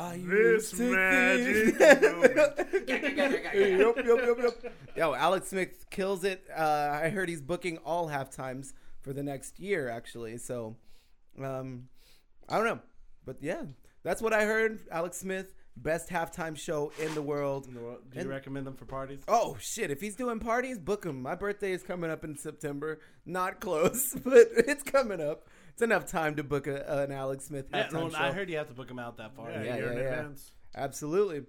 S1: I
S3: This
S1: used to
S3: magic
S1: think-" Yup, yup, yup, yup. Yo, Alex Smith kills it. Uh, I heard he's booking all halftimes for the next year, actually. So, um, I don't know, but yeah, that's what I heard. Alex Smith, best halftime show in the world.
S2: Do you
S1: And-
S2: recommend them for parties?
S1: Oh shit! If he's doing parties, book him. My birthday is coming up in September. Not close, but it's coming up. It's enough time to book a, an Alex Smith
S2: Yeah,
S1: halftime
S2: no,
S1: show.
S2: I heard you have to book them out that far.
S3: Yeah,
S1: Yeah,
S3: you're in
S1: yeah, yeah.
S3: advance.
S1: Absolutely.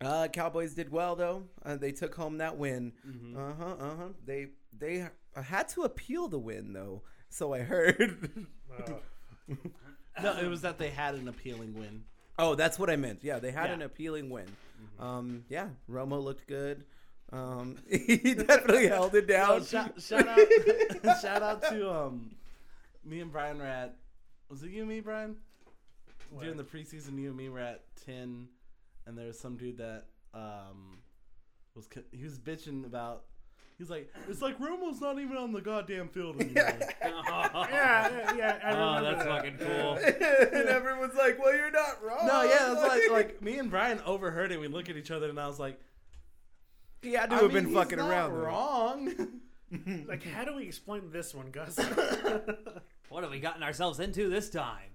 S1: Uh, Cowboys did well though. Uh, they took home that win.
S2: Mm-hmm.
S1: Uh huh. Uh huh. They they had to appeal the win though. So I heard.
S3: Wow.
S2: No, it was that they had an appealing win.
S1: oh, that's what I meant. Yeah, they had
S2: Yeah. Mm-hmm.
S1: an appealing win. Um, yeah, Romo looked good. Um, he definitely held it down.
S2: Oh, shout, shout out, shout out to um, me and Brian were at. Was it you and me, Brian?
S3: What?
S2: During the preseason, you and me were at ten, and there was some dude that um, was c- he was bitching about. He was like, "It's like Romo's not even on the goddamn field anymore."
S3: yeah, yeah, yeah, I remember
S4: oh, that's
S3: that.
S4: fucking cool.
S1: and everyone's like, "Well, you're not wrong."
S2: no, yeah, it's like like me and Brian overheard it. We look at each other, and I was like,
S1: he had to
S2: "I
S1: have
S2: mean,
S1: been
S2: he's
S1: fucking
S2: not
S1: around. though.
S2: wrong."
S3: Like, how do we explain this one, Gus?
S4: What have we gotten ourselves into this time?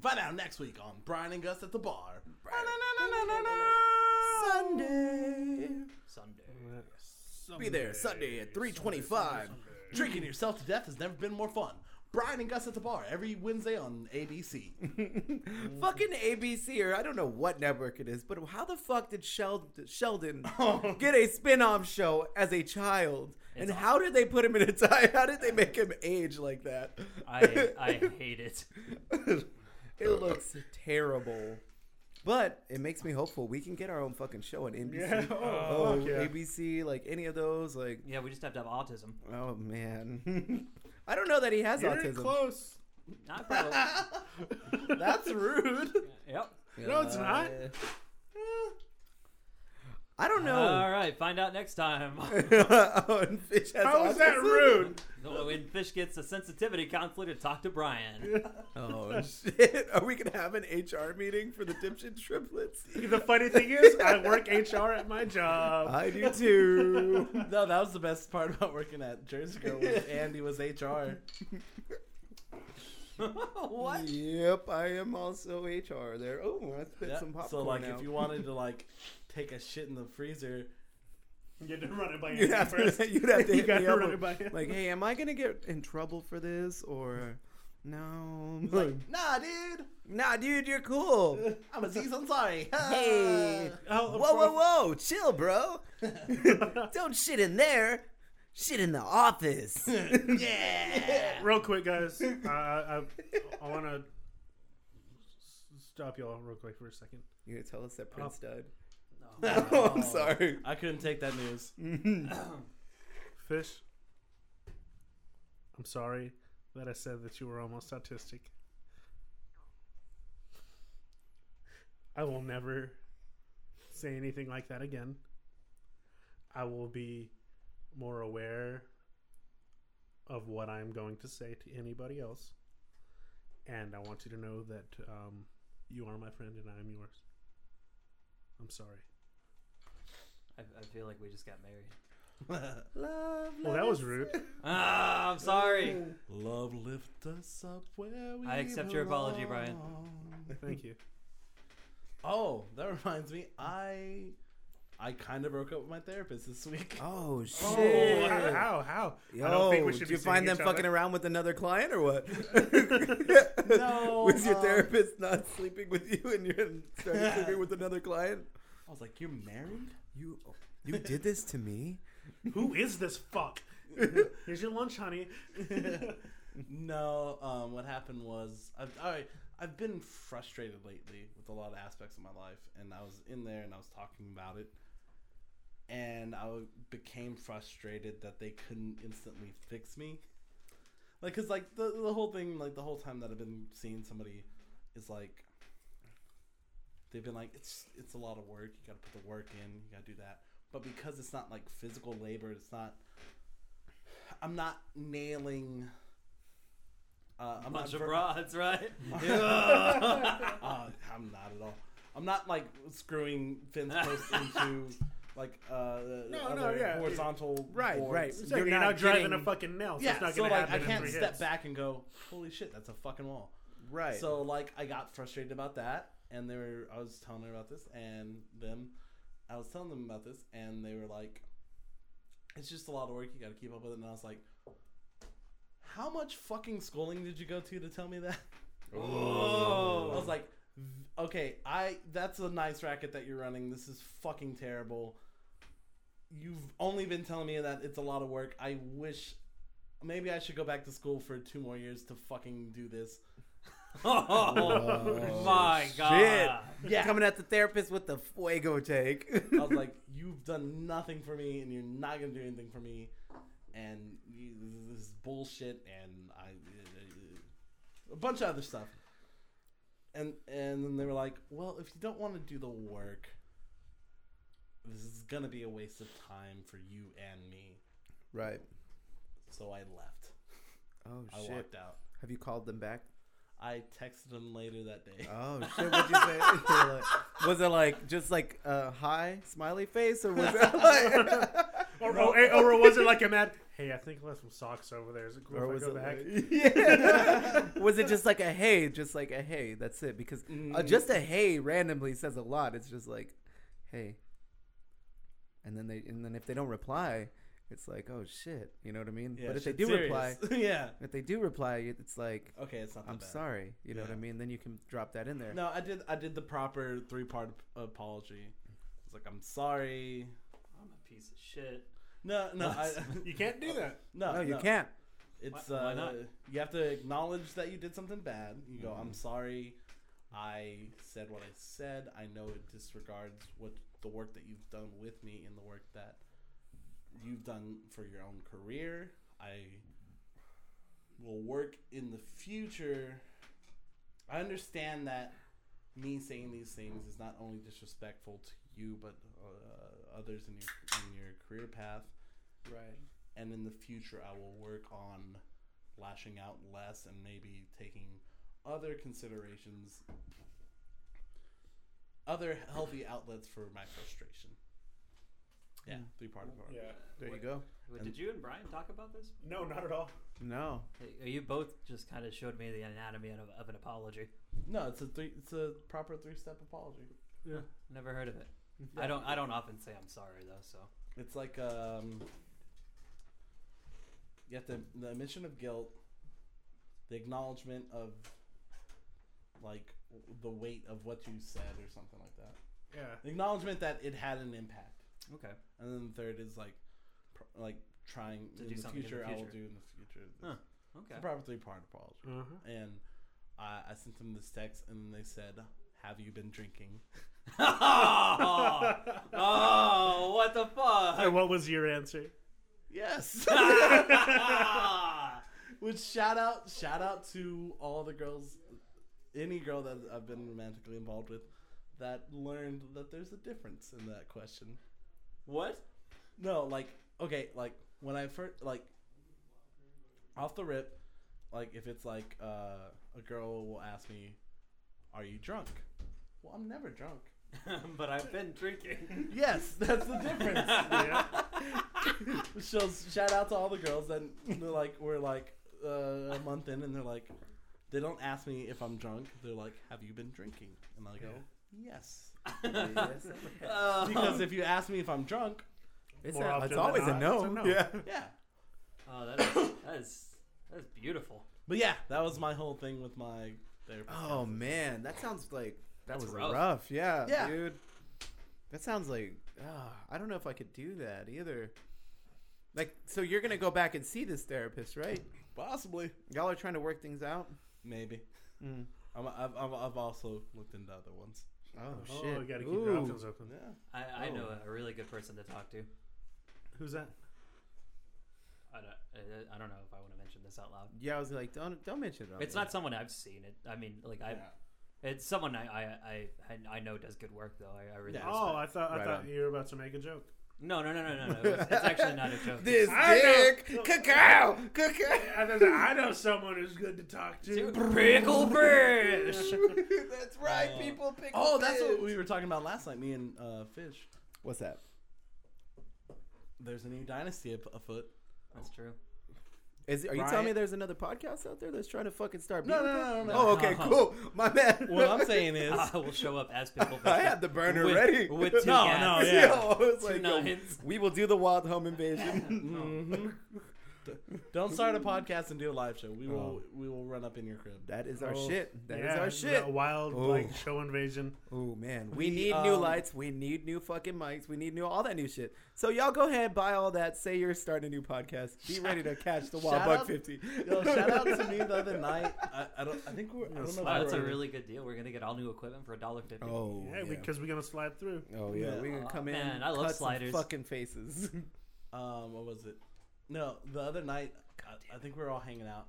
S2: Find out next week on Brian and Gus at the bar.
S1: Sunday,
S4: Sunday.
S1: be there Sunday at three twenty-five.
S2: Drinking yourself to death has never been more fun. Brian and Gus at the bar every Wednesday on ABC.
S1: Fucking ABC or I don't know what network it is, but how the fuck did Sheldon, Sheldon get a spin-off show as a child? and
S4: It's-
S1: how did they put him in a tie? How did they make him age like that?
S4: I I hate it.
S1: it looks terrible. But it makes me hopeful. We can get our own fucking show on NBC.
S3: Yeah. Oh,
S1: Oh,
S3: fuck yeah.
S1: ABC, like any of those, like
S4: Yeah, we just have to have autism.
S1: oh man, I don't know that he has
S3: You're
S1: autism.
S3: close.
S4: Not probably.
S2: That's rude.
S4: yep.
S3: No, it's not.
S1: I don't
S4: All
S1: know.
S4: right, find out next time.
S1: oh, and Fish has
S3: How is that
S1: autism.
S3: rude?
S4: when Fish gets a sensitivity counselor to talk to Brian.
S1: Oh shit! Are we gonna have an HR meeting for the dipshit triplets?
S3: The funny thing is, I work HR at my job.
S1: I do too.
S2: No, that was the best part about working at Jersey Girl was Andy was HR.
S4: what?
S1: Yep, I am also HR there. Oh, I spit
S2: Yeah.
S1: some popcorn.
S2: So like
S1: out.
S2: if you wanted to like take a shit in the freezer,
S3: You had to run it by
S1: You'd
S3: Andy
S1: have
S3: first.
S1: to, you'd have to
S3: You
S1: hit me
S3: gotta
S1: up
S3: run
S1: with-
S3: it by him.
S1: like, hey, am I gonna get in trouble for this or no?
S2: it's like, nah dude,
S1: nah, dude, you're cool.
S2: I'm Aziz Ansari.
S1: Hey,
S3: Oh,
S1: whoa, whoa, whoa, chill, bro. Don't shit in there. Shit in the office.
S2: Yeah.
S3: Real quick, guys. Uh, I, I want to stop y'all real quick for a second.
S1: You're gonna tell us that
S3: Prince
S1: died?
S4: No.
S1: Oh, I'm sorry.
S2: I couldn't take that news.
S3: Fish, I'm sorry that I said that you were almost autistic. I will never say anything like that again. I will be more aware of what I'm going to say to anybody else. And I want you to know that um, you are my friend and I am yours. I'm sorry.
S4: I, I feel like we just got married.
S1: Love
S3: Well, that was rude.
S4: Ah, I'm sorry.
S2: Love lift us up where we
S4: I accept your apology, Brian.
S2: belong.
S3: Thank you.
S2: Oh, that reminds me. I I kind of broke up with my therapist this week.
S1: Oh shit!
S3: Oh, how? How? how?
S1: Yo,
S3: I don't think we should
S1: did
S3: be
S1: you find
S3: seeing
S1: them
S3: each
S1: fucking
S3: other.
S1: around with another client or what?
S2: No,
S1: was your
S2: um,
S1: therapist not sleeping with you and you're starting sleeping with another client?
S2: I was like, "You're married?
S1: You, you did this to me.
S3: Who is this fuck? Here's your lunch, honey.
S2: No." Um, what happened was, I've, I I've been frustrated lately with a lot of aspects of my life, and I was in there and I was talking about it, and I became frustrated that they couldn't instantly fix me. Like, cause like the the whole thing, like the whole time that I've been seeing somebody, is like, they've been like, it's it's a lot of work. You got to put the work in. You got to do that. But because it's not like physical labor, it's not. I'm not nailing. Uh, I'm
S4: bunch
S2: not
S4: of
S2: ver-
S4: broads, right?
S2: uh, I'm not at all. I'm not like screwing fence posts into like uh,
S3: No,
S2: other
S3: no, yeah.
S2: horizontal
S1: Right,
S2: boards.
S1: right.
S3: It's
S1: You're
S3: like you're
S1: not
S3: not, driving
S1: getting-
S3: a fucking nail. So
S2: Yeah,
S3: it's not
S2: so
S3: gonna
S2: like I
S3: happen in
S2: can't
S3: three
S2: step
S3: hits.
S2: back and go, holy shit, that's a fucking wall.
S1: Right.
S2: So like I got frustrated about that, and they were I was telling her about this, and them, I was telling them about this, and they were like, it's just a lot of work. You got to keep up with it. And I was like, how much fucking schooling did you go to to tell me that?
S1: oh,
S2: I was like, "V- okay, I that's a nice racket that you're running. This is fucking terrible. You've only been telling me that it's a lot of work. I wish maybe I should go back to school for two more years to fucking do this.
S4: Oh my god.
S2: Yeah.
S1: Coming at the therapist with the fuego take.
S2: I was like, you've done nothing for me, and you're not gonna do anything for me, and you, this is bullshit, and I, a bunch of other stuff. And and then they were like, well, if you don't want to do the work, this is gonna be a waste of time for you and me.
S1: right.
S2: So I left.
S1: Oh
S2: I
S1: shit.
S2: walked out.
S1: Have you called them back?
S2: I texted them later that day.
S1: Oh shit. What'd you say? Like, was it like just like uh, hi smiley face or was it like
S3: Or, or, or was it like a mad? Hey, I think I left some socks over there. Is it cool
S1: or
S3: if
S1: was
S3: I
S1: it
S3: go back?
S1: like, yeah. was it just like a hey just like a hey that's it because uh,
S2: Mm.
S1: just a hey randomly says a lot it's just like hey and then they and then if they don't reply it's like oh shit you know what I mean
S2: Yeah,
S1: but if they
S2: shit,
S1: do
S2: serious.
S1: reply
S2: yeah.
S1: if they do reply it's like
S2: Okay, it's not. That
S1: I'm
S2: bad.
S1: sorry you know what I
S2: Yeah.
S1: mean then you can drop that in there
S2: No, I did. I did the proper three part apology. It's like I'm sorry.
S4: I'm a piece of shit.
S2: No, no, I,
S3: You can't do that.
S2: no,
S1: no you can't
S2: It's
S4: Why-
S2: uh,
S4: why not? Mm-hmm.
S2: you have to acknowledge that you did something bad. You go, I'm sorry. I said what I said. I know it disregards what the work that you've done with me and the work that you've done for your own career. I will work in the future. I understand that me saying these things is not only disrespectful to you, but uh, others in your in your career path
S1: right
S2: and in the future I will work on lashing out less and maybe taking other considerations other healthy outlets for my frustration. Yeah, three part of our
S3: Yeah.
S1: there you go
S4: Wait, did you and Brian talk about this?
S3: No, not at all.
S1: no
S4: Hey, You both just kind of showed me the anatomy of, of an apology.
S2: No, it's a three it's a proper three step apology.
S4: Never heard of it. I don't. I don't often say I'm sorry though. So
S2: It's like um you have to the admission of guilt, the acknowledgement of like w- the weight of what you said or something like that.
S3: Yeah.
S2: The acknowledgement that it had an impact.
S4: okay.
S2: And then the third is like, pr- like trying
S4: To
S2: in,
S4: do
S2: the
S4: something in the
S2: future, I will
S4: future.
S2: do in the future. This.
S4: Huh,
S2: It's a
S4: Okay.
S2: proper three part apology.
S3: Uh-huh.
S2: And I, I sent them this text, and they said, "Have you been drinking?"
S4: oh, oh, what the
S3: And
S4: fuck?
S3: what was your answer?
S2: Yes. Which shout out, shout out to all the girls, any girl that I've been romantically involved with, that learned that there's a difference in that question.
S4: What?
S2: No, like okay, like when I first like off the rip, like if it's like uh, a girl will ask me, "Are you drunk?" Well, I'm never drunk.
S4: but I've been drinking.
S2: Yes, that's the difference.
S3: Yeah.
S2: so shout out to all the girls that they're like we're like uh, a month in and they're like they don't ask me if I'm drunk. They're like, "Have you been drinking?" And I go, "Yes."
S1: Uh-huh.
S4: Oh.
S2: Because if you ask me if I'm drunk,
S1: it's,
S3: More
S1: a-
S3: often
S1: it's
S3: than
S1: always a
S3: not,
S1: no.
S3: it's a no.
S1: yeah
S2: yeah.
S4: Oh, that is, that is that is beautiful.
S2: But yeah, that was my whole thing with my therapist.
S1: Oh man, that sounds like that
S4: That's
S1: was rough.
S4: rough.
S1: Yeah,
S2: Yeah.
S1: dude. That sounds like ah, I don't know if I could do that either. Like, so you're gonna go back and see this therapist, right?
S2: Possibly.
S1: Y'all are trying to work things out.
S2: Maybe.
S1: Mm.
S2: I'm, I've, I've, I've also looked into other ones.
S1: Oh,
S3: Oh,
S1: shit!
S3: you gotta keep your
S1: Ooh.
S3: options open.
S2: Yeah.
S4: I, I know
S1: Oh.
S4: a really good person to talk to.
S3: Who's that?
S4: I don't, I- I don't know if I want to mention this out loud.
S1: Yeah, I was like, don't don't mention it. out
S4: It's
S1: loud.
S4: not someone I've seen. It. I mean, like I,
S2: Yeah.
S4: it's someone I I, I I know does good work though. I, I really.
S2: Yeah.
S4: respect.
S3: Oh, I thought I
S1: Right
S3: thought
S1: on.
S3: you were about to make a joke.
S4: No, no, no, no, no, no. It's, it's actually not a joke.
S1: This
S3: I know.
S1: dick, cacao, cacao.
S3: I, thought, I know someone who's good to talk
S4: Dude,
S3: to.
S4: pickle fish.
S1: that's right,
S2: Uh,
S1: people. Pick
S2: Oh, that's what we were talking about last night, me and uh, Fish.
S1: What's that?
S2: There's a new dynasty af- afoot.
S4: That's true.
S1: Is are you
S2: Right.
S1: telling me there's another podcast out there that's trying to fucking start?
S2: No,
S1: beef
S2: no,
S1: with
S2: no,
S1: us?
S2: no, no.
S1: Oh, okay,
S4: No.
S1: cool. My man.
S2: What I'm saying is,
S4: I will show up as pickle fish.
S1: I had the burner
S4: with,
S1: ready.
S4: With two
S2: No,
S4: cats.
S2: no,
S1: Yo,
S2: yeah.
S1: I was like, yo,
S4: nines.
S1: we will do the wild home invasion.
S2: mhm. D- don't start a podcast and do a live show. We will, we will run up in your crib.
S1: that is our
S3: Oh,
S1: shit. That is
S3: Yeah,
S1: our shit.
S3: the wild
S1: Oh.
S3: like show invasion.
S1: Oh man, we
S2: The,
S1: need new
S2: um,
S1: lights. We need new fucking mics. We need new all that new shit. So y'all go ahead, buy all that. Say you're starting a new podcast. Be ready to catch the wild
S2: Shout
S1: buck
S2: out-
S1: fifty.
S2: Yo, shout out to me the other night. I, I don't. I think we're. I don't know. if
S4: Wow, that's
S2: we
S4: a
S2: were-
S4: really good deal. We're gonna get all new equipment for a dollar fifty.
S1: Oh
S3: Yeah,
S1: yeah,
S3: because we're gonna slide through.
S1: oh yeah,
S2: Yeah.
S1: we can
S4: Aw,
S1: come in.
S4: man, I
S1: cut
S4: love
S1: some
S4: sliders.
S1: Fucking faces.
S2: Um, what was it? No, the other night. I, I think we were all hanging out,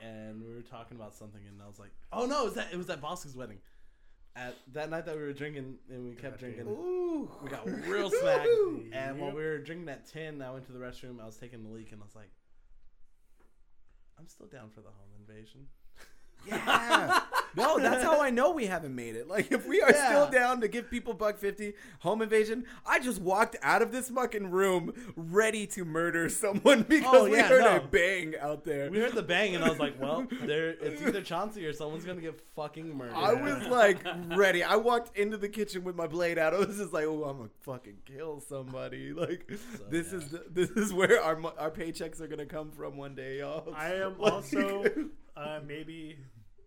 S2: and we were talking about something, and I was like, "Oh no, it was that it was at Bosco's wedding." At that night that we were drinking, and we kept
S3: God damn.
S2: drinking.
S1: Ooh,
S2: We got real smacked. And while
S3: Yep.
S2: we were drinking at 10, I went to the restroom. I was taking a leak and I was like, I'm still down for the home invasion.
S1: Yeah. No, that's how I know we haven't made it. Like, if we are
S2: Yeah.
S1: still down to give people buck fifty, home invasion. I just walked out of this fucking room ready to murder someone because
S2: Oh,
S1: we
S2: yeah,
S1: heard a
S2: no.
S1: bang out there.
S2: We heard the bang and I was like, well, there it's either Chauncey or someone's going to get fucking murdered.
S1: I was like ready. I walked into the kitchen with my blade out. I was just like, "Oh, I'm gonna fucking kill somebody!" Like this
S2: yeah.
S1: is the, this is where our mo- our paychecks are gonna come from one day, y'all.
S3: I am
S1: Like-
S3: also uh, maybe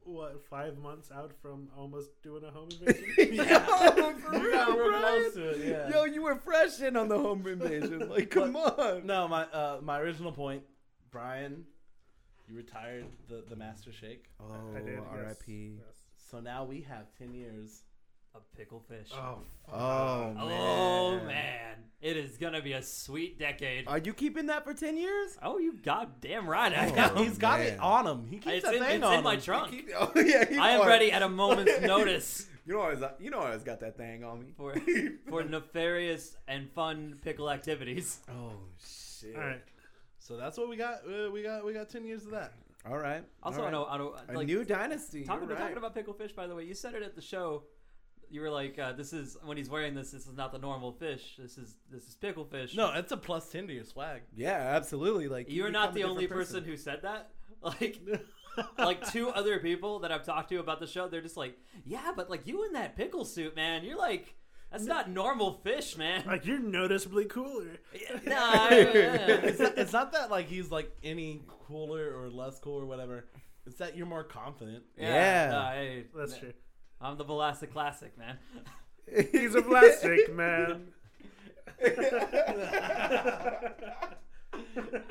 S3: what five months out from almost doing a home
S1: Yo,
S3: invasion.
S1: for
S2: Yeah,
S1: real,
S2: we're
S1: Brian.
S2: close to it, yeah.
S1: Yo, you were fresh in on the home invasion. Like, come on.
S2: no, my uh, my original point, Brian, you retired the, the master shake.
S1: Oh,
S3: I did, yes,
S1: R.I.P.
S3: yes.
S2: So now we have 10 years.
S4: A pickle fish.
S3: Oh,
S1: Oh man.
S4: Oh man, it is gonna be a sweet decade.
S1: Are you keeping that for ten years?
S4: Oh, you goddamn right I
S1: Oh,
S4: am.
S2: He's got
S1: man.
S2: it on him. He keeps
S4: It's
S2: that
S4: in,
S2: thing
S4: it's
S2: on
S4: in my
S2: him.
S4: trunk.
S1: Keep- oh, yeah, keep
S4: I am
S1: on.
S4: ready at a moment's notice
S1: You know, I was, you know, I always got that thing on me.
S4: for for nefarious and fun pickle activities.
S1: Oh shit!
S3: all right.
S2: So that's what we got. Uh, we got we got 10 years of that.
S1: all right.
S4: Also, I know, I know,
S1: A
S4: like,
S1: new dynasty.
S4: talking
S1: you're
S4: about talking
S1: right.
S4: about pickle fish. By the way, you said it at the show. You were like, uh, "This is when he's wearing this. This is not the normal fish. This is this is pickle fish."
S2: No, it's a plus 10 to your swag.
S1: Yeah, absolutely. Like
S4: you're not the
S1: become a
S4: only
S1: different
S4: person. who said that. Like, like two other people that I've talked to about the show, they're just like, "Yeah, but like you in that pickle suit, man. You're like, that's not normal fish, man."
S3: Like you're noticeably cooler.
S4: nah, I-
S2: it's, not, it's not that like he's like any cooler or less cool or whatever. It's that you're more confident.
S1: Yeah.
S4: nah, I,
S3: That's
S4: nah.
S3: true.
S4: I'm the Velasa Classic, man.
S3: He's a plastic man.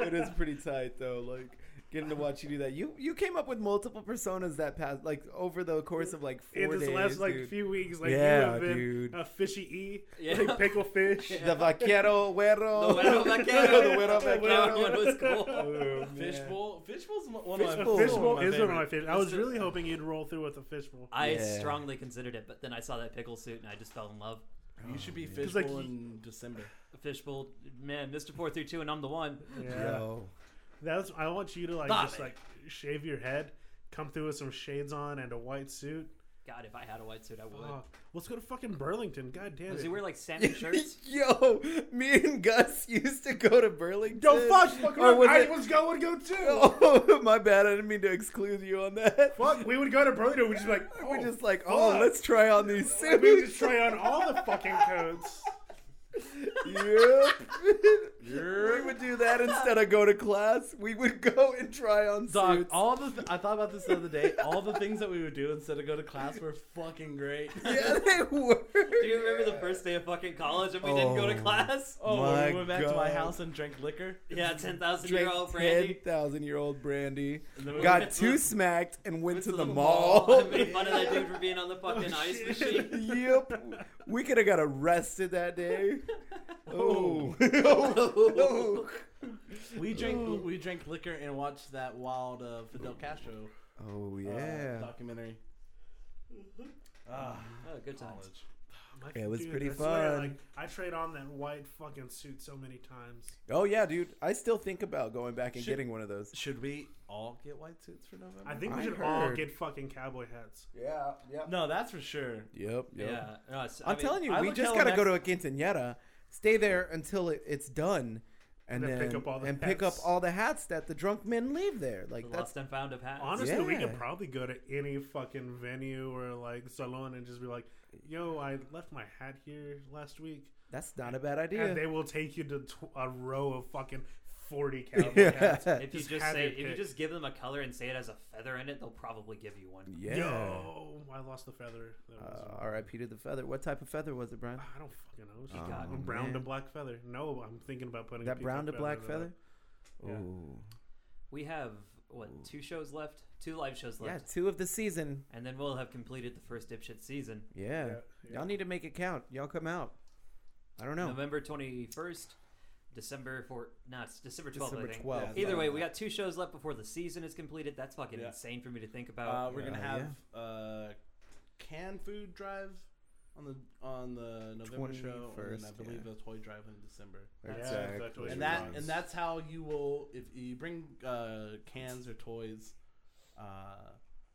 S1: it is pretty tight though. Like getting to watch you do that. You you came up with multiple personas that passed like over the course of like four
S3: In this
S1: days.
S3: last like
S1: dude.
S3: few weeks, like
S1: Yeah,
S3: you have been
S1: dude.
S3: a fishy e,
S4: Yeah.
S3: like pickle fish.
S1: the vaquero
S4: The
S1: güero.
S4: Güero Vaquero.
S1: the güero
S4: That one
S1: vaquero.
S4: was cool.
S1: Oh, man.
S2: Fishbowl, fishbowl's mo- one of my
S1: Fishbowl.
S2: one of
S3: Fishbowl
S2: my
S3: is one of
S2: favorite.
S3: my favorites. I
S4: It's
S3: was
S4: the-
S3: really hoping you'd roll through with a fishbowl.
S4: I
S1: Yeah.
S4: strongly considered it, but then I saw that pickle suit and I just fell in love.
S2: You should be
S3: 'Cause,
S2: fishbowl
S3: like, you-
S2: in December.
S4: Fishbowl, man, Mr. 432, and I'm the one.
S3: Yeah,
S1: Yo.
S3: that's. I want you to like
S4: Stop
S3: just
S4: it.
S3: like shave your head, come through with some shades on and a white suit.
S4: God, if I had a white suit, I would.
S3: Oh, let's go to fucking Burlington. God damn
S4: Does
S3: it.
S4: he wear like salmon shirts?
S1: Yo, me and Gus used to go to Burlington.
S3: Yo, fuck, fuck,
S1: Or was
S3: I
S1: it-
S3: was going to go too.
S1: Oh, my bad. I didn't mean to exclude you on that.
S3: Fuck, we would go to Burlington. We'd just be like, oh,
S1: We're just like, oh,
S3: fuck.
S1: let's try on these
S3: we
S1: suits.
S3: would just try on all the fucking coats.
S1: yep. we
S2: You're-
S1: would do that instead of go to class. We would go and try on
S2: Dog,
S1: suits.
S2: all the th- I thought about this the other day. All the things that we would do instead of go to class were fucking great.
S1: yeah, they were.
S4: Do you remember the first day of fucking college and we didn't go to
S1: Oh.
S4: class?
S2: Oh,
S1: My
S2: when we went back to my
S1: God.
S2: house and drank liquor.
S4: Yeah, 10,000 year
S1: Drank
S4: old
S1: ten
S4: Brandy.
S1: thousand year old brandy.
S2: And then we
S1: Got
S4: went to-
S1: too smacked and went,
S4: Went
S1: to, the, mall.
S4: I made fun of that dude for being on the fucking ice
S3: shit.
S4: machine.
S1: yep, we could have got arrested that day. Oh,
S2: oh, We drink we drink liquor and watched that wild uh, Fidel Castro
S1: Oh
S2: uh,
S1: yeah.
S2: documentary. Ah,
S4: Oh, good times.
S2: college.
S3: I'm like,
S1: It was
S3: dude,
S1: pretty
S3: I swear,
S1: fun.
S3: like, I trade on that white fucking suit so many times.
S1: oh yeah, dude. I still think about going back and
S2: Shit.
S1: getting one of those.
S2: Should we all get white suits for November?
S3: I think we
S1: I
S3: should all
S1: heard.
S3: get fucking cowboy hats.
S1: Yeah. Yeah.
S2: no, that's for sure.
S1: Yep. Yep.
S4: Yeah. No, it's- I
S1: I'm
S4: mean,
S1: telling you,
S2: I
S1: we
S2: look
S1: just
S2: hella
S1: gotta go to a quinceanera, stay there until it, it's done, and
S3: Then
S1: then
S3: pick up all the
S1: and pick up
S3: hats.
S1: all the hats that the drunk men leave there.
S4: the
S1: Like that's
S4: lost and found of hats.
S3: Honestly, we could
S1: Yeah.
S3: probably go to any fucking venue or like salon and just be like, "Yo, I left my hat here last week,"
S1: that's not a bad
S3: and
S1: idea.
S3: they will take you to tw- a row of fucking forty cowboy hats.
S1: Yeah.
S4: if you
S3: Just
S4: just,
S3: have
S4: say
S3: your
S4: if you
S3: pick.
S4: just give them a color and say it has a feather in it, they'll probably give you one.
S1: Yeah.
S3: Yo, I lost the feather. That was-
S1: Uh, R.I.P. to the feather. What type of feather was it, Brian?
S3: I don't fucking know. It's
S4: You
S3: just
S4: got
S3: a
S1: it,
S3: brown to
S1: man.
S3: black feather. No, I'm thinking about putting a
S1: That
S3: peacock
S1: brown to black
S3: to
S1: feather.
S3: Yeah.
S1: Ooh.
S4: We have what two shows left, two live shows
S1: Yeah,
S4: left,
S1: two of the season.
S4: and then we'll have completed the first dipshit season.
S1: Yeah.
S3: Yeah, yeah.
S1: Y'all need to make it count. Y'all come out. I don't know.
S4: November twenty first, December for no, it's December twelfth. I
S1: December
S4: think.
S1: 12th.
S2: Yeah.
S4: Either way, we got two shows left before the season is completed. That's fucking
S2: Yeah.
S4: insane for me to think
S2: Uh,
S4: about.
S2: we're gonna
S1: Uh,
S2: have uh, canned food drive on the on the November show, and
S1: 21st,
S2: then I believe a toy drive in December.
S3: Yeah, that was
S2: and
S3: your
S2: that
S3: vibes.
S2: and that's how you will if you bring uh, cans or toys uh,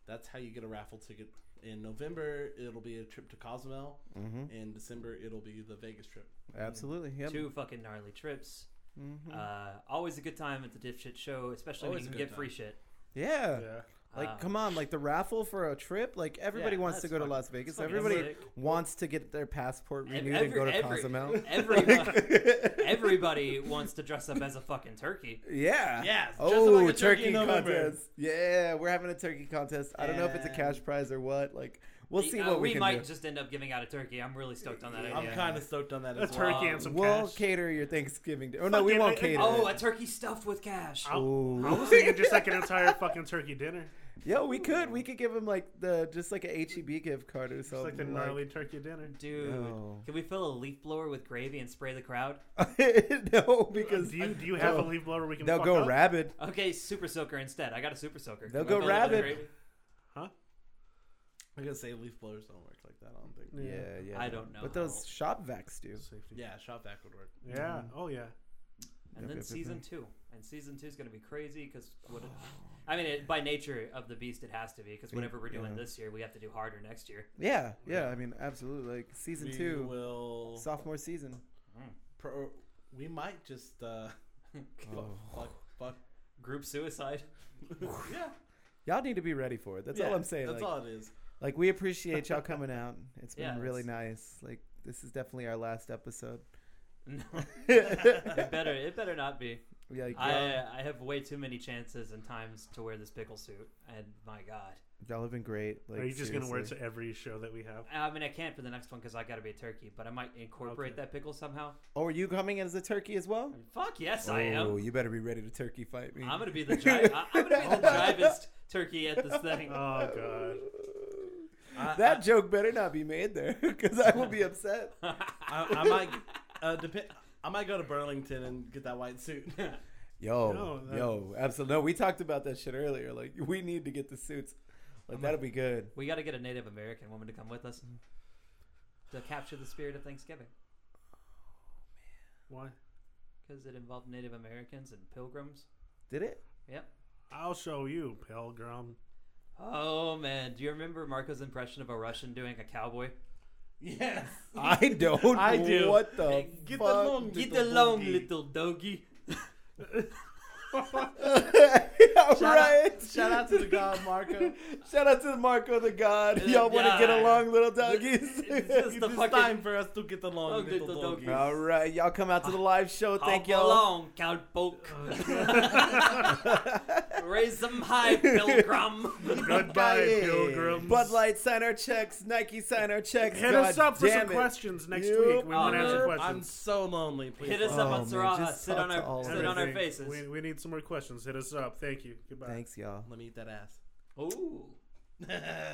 S2: that's how you get a raffle ticket in november it'll be a trip to cozumel
S1: hmm
S2: in december it'll be the vegas trip
S1: Absolutely. Yep.
S4: Two fucking gnarly trips.
S1: Mhm.
S4: Uh, always a good time at the dipshit show, especially
S2: Always
S4: when
S2: a
S4: you
S2: good time.
S4: can get free shit.
S1: yeah.
S3: Yeah.
S1: Like,
S4: Um,
S1: come on. Like the raffle for a trip. Like everybody
S4: Yeah,
S1: wants to
S4: that's
S1: go to
S4: fucking-
S1: Las Vegas.
S4: fucking
S1: Everybody
S4: sick.
S1: wants to get their passport
S4: Ev-
S1: renewed and
S4: every-
S1: go to
S4: every-
S1: Cozumel.
S4: everybody- Everybody wants to dress up as a fucking turkey.
S1: yeah.
S2: yes
S1: Oh, turkey, contest. Yeah, we're having a turkey contest. I don't know if it's a cash
S2: And-
S1: prize or what. Like, we'll see
S4: Uh,
S1: what we,
S4: we,
S1: can
S4: might
S1: do.
S4: just end up giving out a turkey. I'm really stoked on that
S2: i'm
S4: idea.
S2: kind of stoked on that
S3: A
S2: as well
S3: turkey and some
S1: we'll
S3: cash.
S1: cater your Thanksgiving. Day. Oh no, we
S3: Fucking-
S1: won't cater.
S4: Oh, a
S1: it.
S4: turkey stuffed with cash.
S3: I'll-
S1: Ooh.
S3: I was thinking just like an entire fucking turkey dinner,
S1: Yo, we could. We could give him like the just like a HEB gift card or
S3: just
S1: something.
S3: like the gnarly turkey dinner.
S4: Dude,
S1: No.
S4: can we fill a leaf blower with gravy and spray the crowd?
S1: no, because
S3: do you do you have a
S1: oh,
S3: leaf blower we can?
S1: they'll
S3: fuck
S1: go
S3: up?
S1: rabid.
S4: Okay, super soaker instead. I got a super soaker.
S1: They'll
S4: Can we
S1: go
S4: fill it with
S1: rabid.
S4: gravy?
S2: i'm gonna say leaf blowers don't work like that i don't think
S1: Yeah, yeah.
S4: I don't know
S1: But those
S4: how.
S1: shop vacs do.
S3: Safety.
S2: yeah shop vac would work
S3: Yeah.
S1: Mm-hmm.
S3: Oh yeah.
S4: And
S1: Yep,
S4: then
S1: yep, yep,
S4: season
S1: yep.
S4: two, and season two is going to be crazy because what? I mean, it, by nature of the beast, it has to be because
S1: Yeah,
S4: whatever we're doing
S1: yeah.
S4: this year, we have to do harder next year.
S1: Yeah, yeah. I mean, absolutely. Like season
S2: we
S1: two,
S2: will
S1: sophomore season.
S2: pro, we might just uh
S1: Oh.
S2: fuck, fuck,
S4: Group suicide.
S2: fuck. yeah
S1: Y'all need to be ready for it. That's all
S2: Yeah,
S1: I'm saying.
S2: that's
S1: like,
S2: all it is
S1: like we appreciate y'all coming out. It's been
S4: Yeah,
S1: really nice. Like this is definitely our last episode.
S4: No,
S1: yeah,
S4: it better it better not be.
S1: like, y'all,
S4: I uh, I have way too many chances and times to wear this pickle suit, and my god,
S1: y'all have been great. Like,
S3: Are you just gonna wear it
S1: seriously.
S3: to every show that we have?
S4: I mean I can't for the next one because I got to be a turkey, but I might incorporate
S3: Okay.
S4: that pickle somehow.
S1: Oh, are you coming as a turkey as well?
S4: Fuck yes, I
S1: Oh,
S4: am.
S1: you better be ready to turkey fight me. Oh
S4: I'm gonna be the dri- I- I'm gonna be the drivest turkey at this thing.
S3: Oh god.
S2: I-
S1: that joke better not be made there because I will be upset.
S2: I, I might uh, depend. I might go to Burlington and get that white suit.
S1: Yo,
S3: No, that-
S1: yo, absolutely. No, we talked about that shit earlier. Like, we need to get the suits. Like, that'll be good.
S4: We got to get a Native American woman to come with us
S1: Mm-hmm.
S4: to capture the spirit of Thanksgiving
S3: Why?
S4: because it involved Native Americans and pilgrims.
S1: Did it?
S4: Yep.
S3: I'll show you, pilgrim.
S4: Oh man, do you remember Marco's impression of a Russian doing a cowboy?
S2: yes,
S1: I don't.
S2: I do.
S1: What the
S2: Get the
S1: fuck?
S2: long-
S4: Get
S2: Little
S4: along,
S2: doggy.
S4: little doggy.
S1: All
S2: Shout
S1: right.
S2: Out, shout out to the god Marco.
S1: Shout out to Marco the God.
S4: Uh,
S1: Y'all want to get
S4: yeah.
S1: along, little doggies?
S4: It's just the
S2: it's
S4: fucking-
S2: time for us to get along,
S4: Long
S2: little,
S4: little
S2: doggy.
S4: doggies.
S1: All right, y'all come out to the live show. Thank
S4: Hop
S1: y'all.
S4: along,
S1: Oh,
S4: cowpoke. Raise them high, pilgrim.
S3: Goodbye,
S1: Hey.
S3: pilgrims.
S1: Bud Light, sign our checks. Nike, sign our checks.
S3: Hit
S1: God
S3: us up for some
S1: damn it.
S3: questions next
S1: Yep.
S3: week. We want to
S4: Uh,
S3: answer
S2: I'm
S3: questions.
S2: so lonely. Please
S4: Hit us
S2: help.
S1: Oh,
S4: up on
S1: man,
S4: Saraha.
S1: just
S4: Sit on
S1: talk to all
S4: our
S1: of
S4: sit on our
S3: Everything.
S4: faces.
S3: We, we need some more questions. Hit us up. Thank you. Goodbye.
S1: Thanks, y'all.
S2: Let me eat that ass.
S4: Ooh.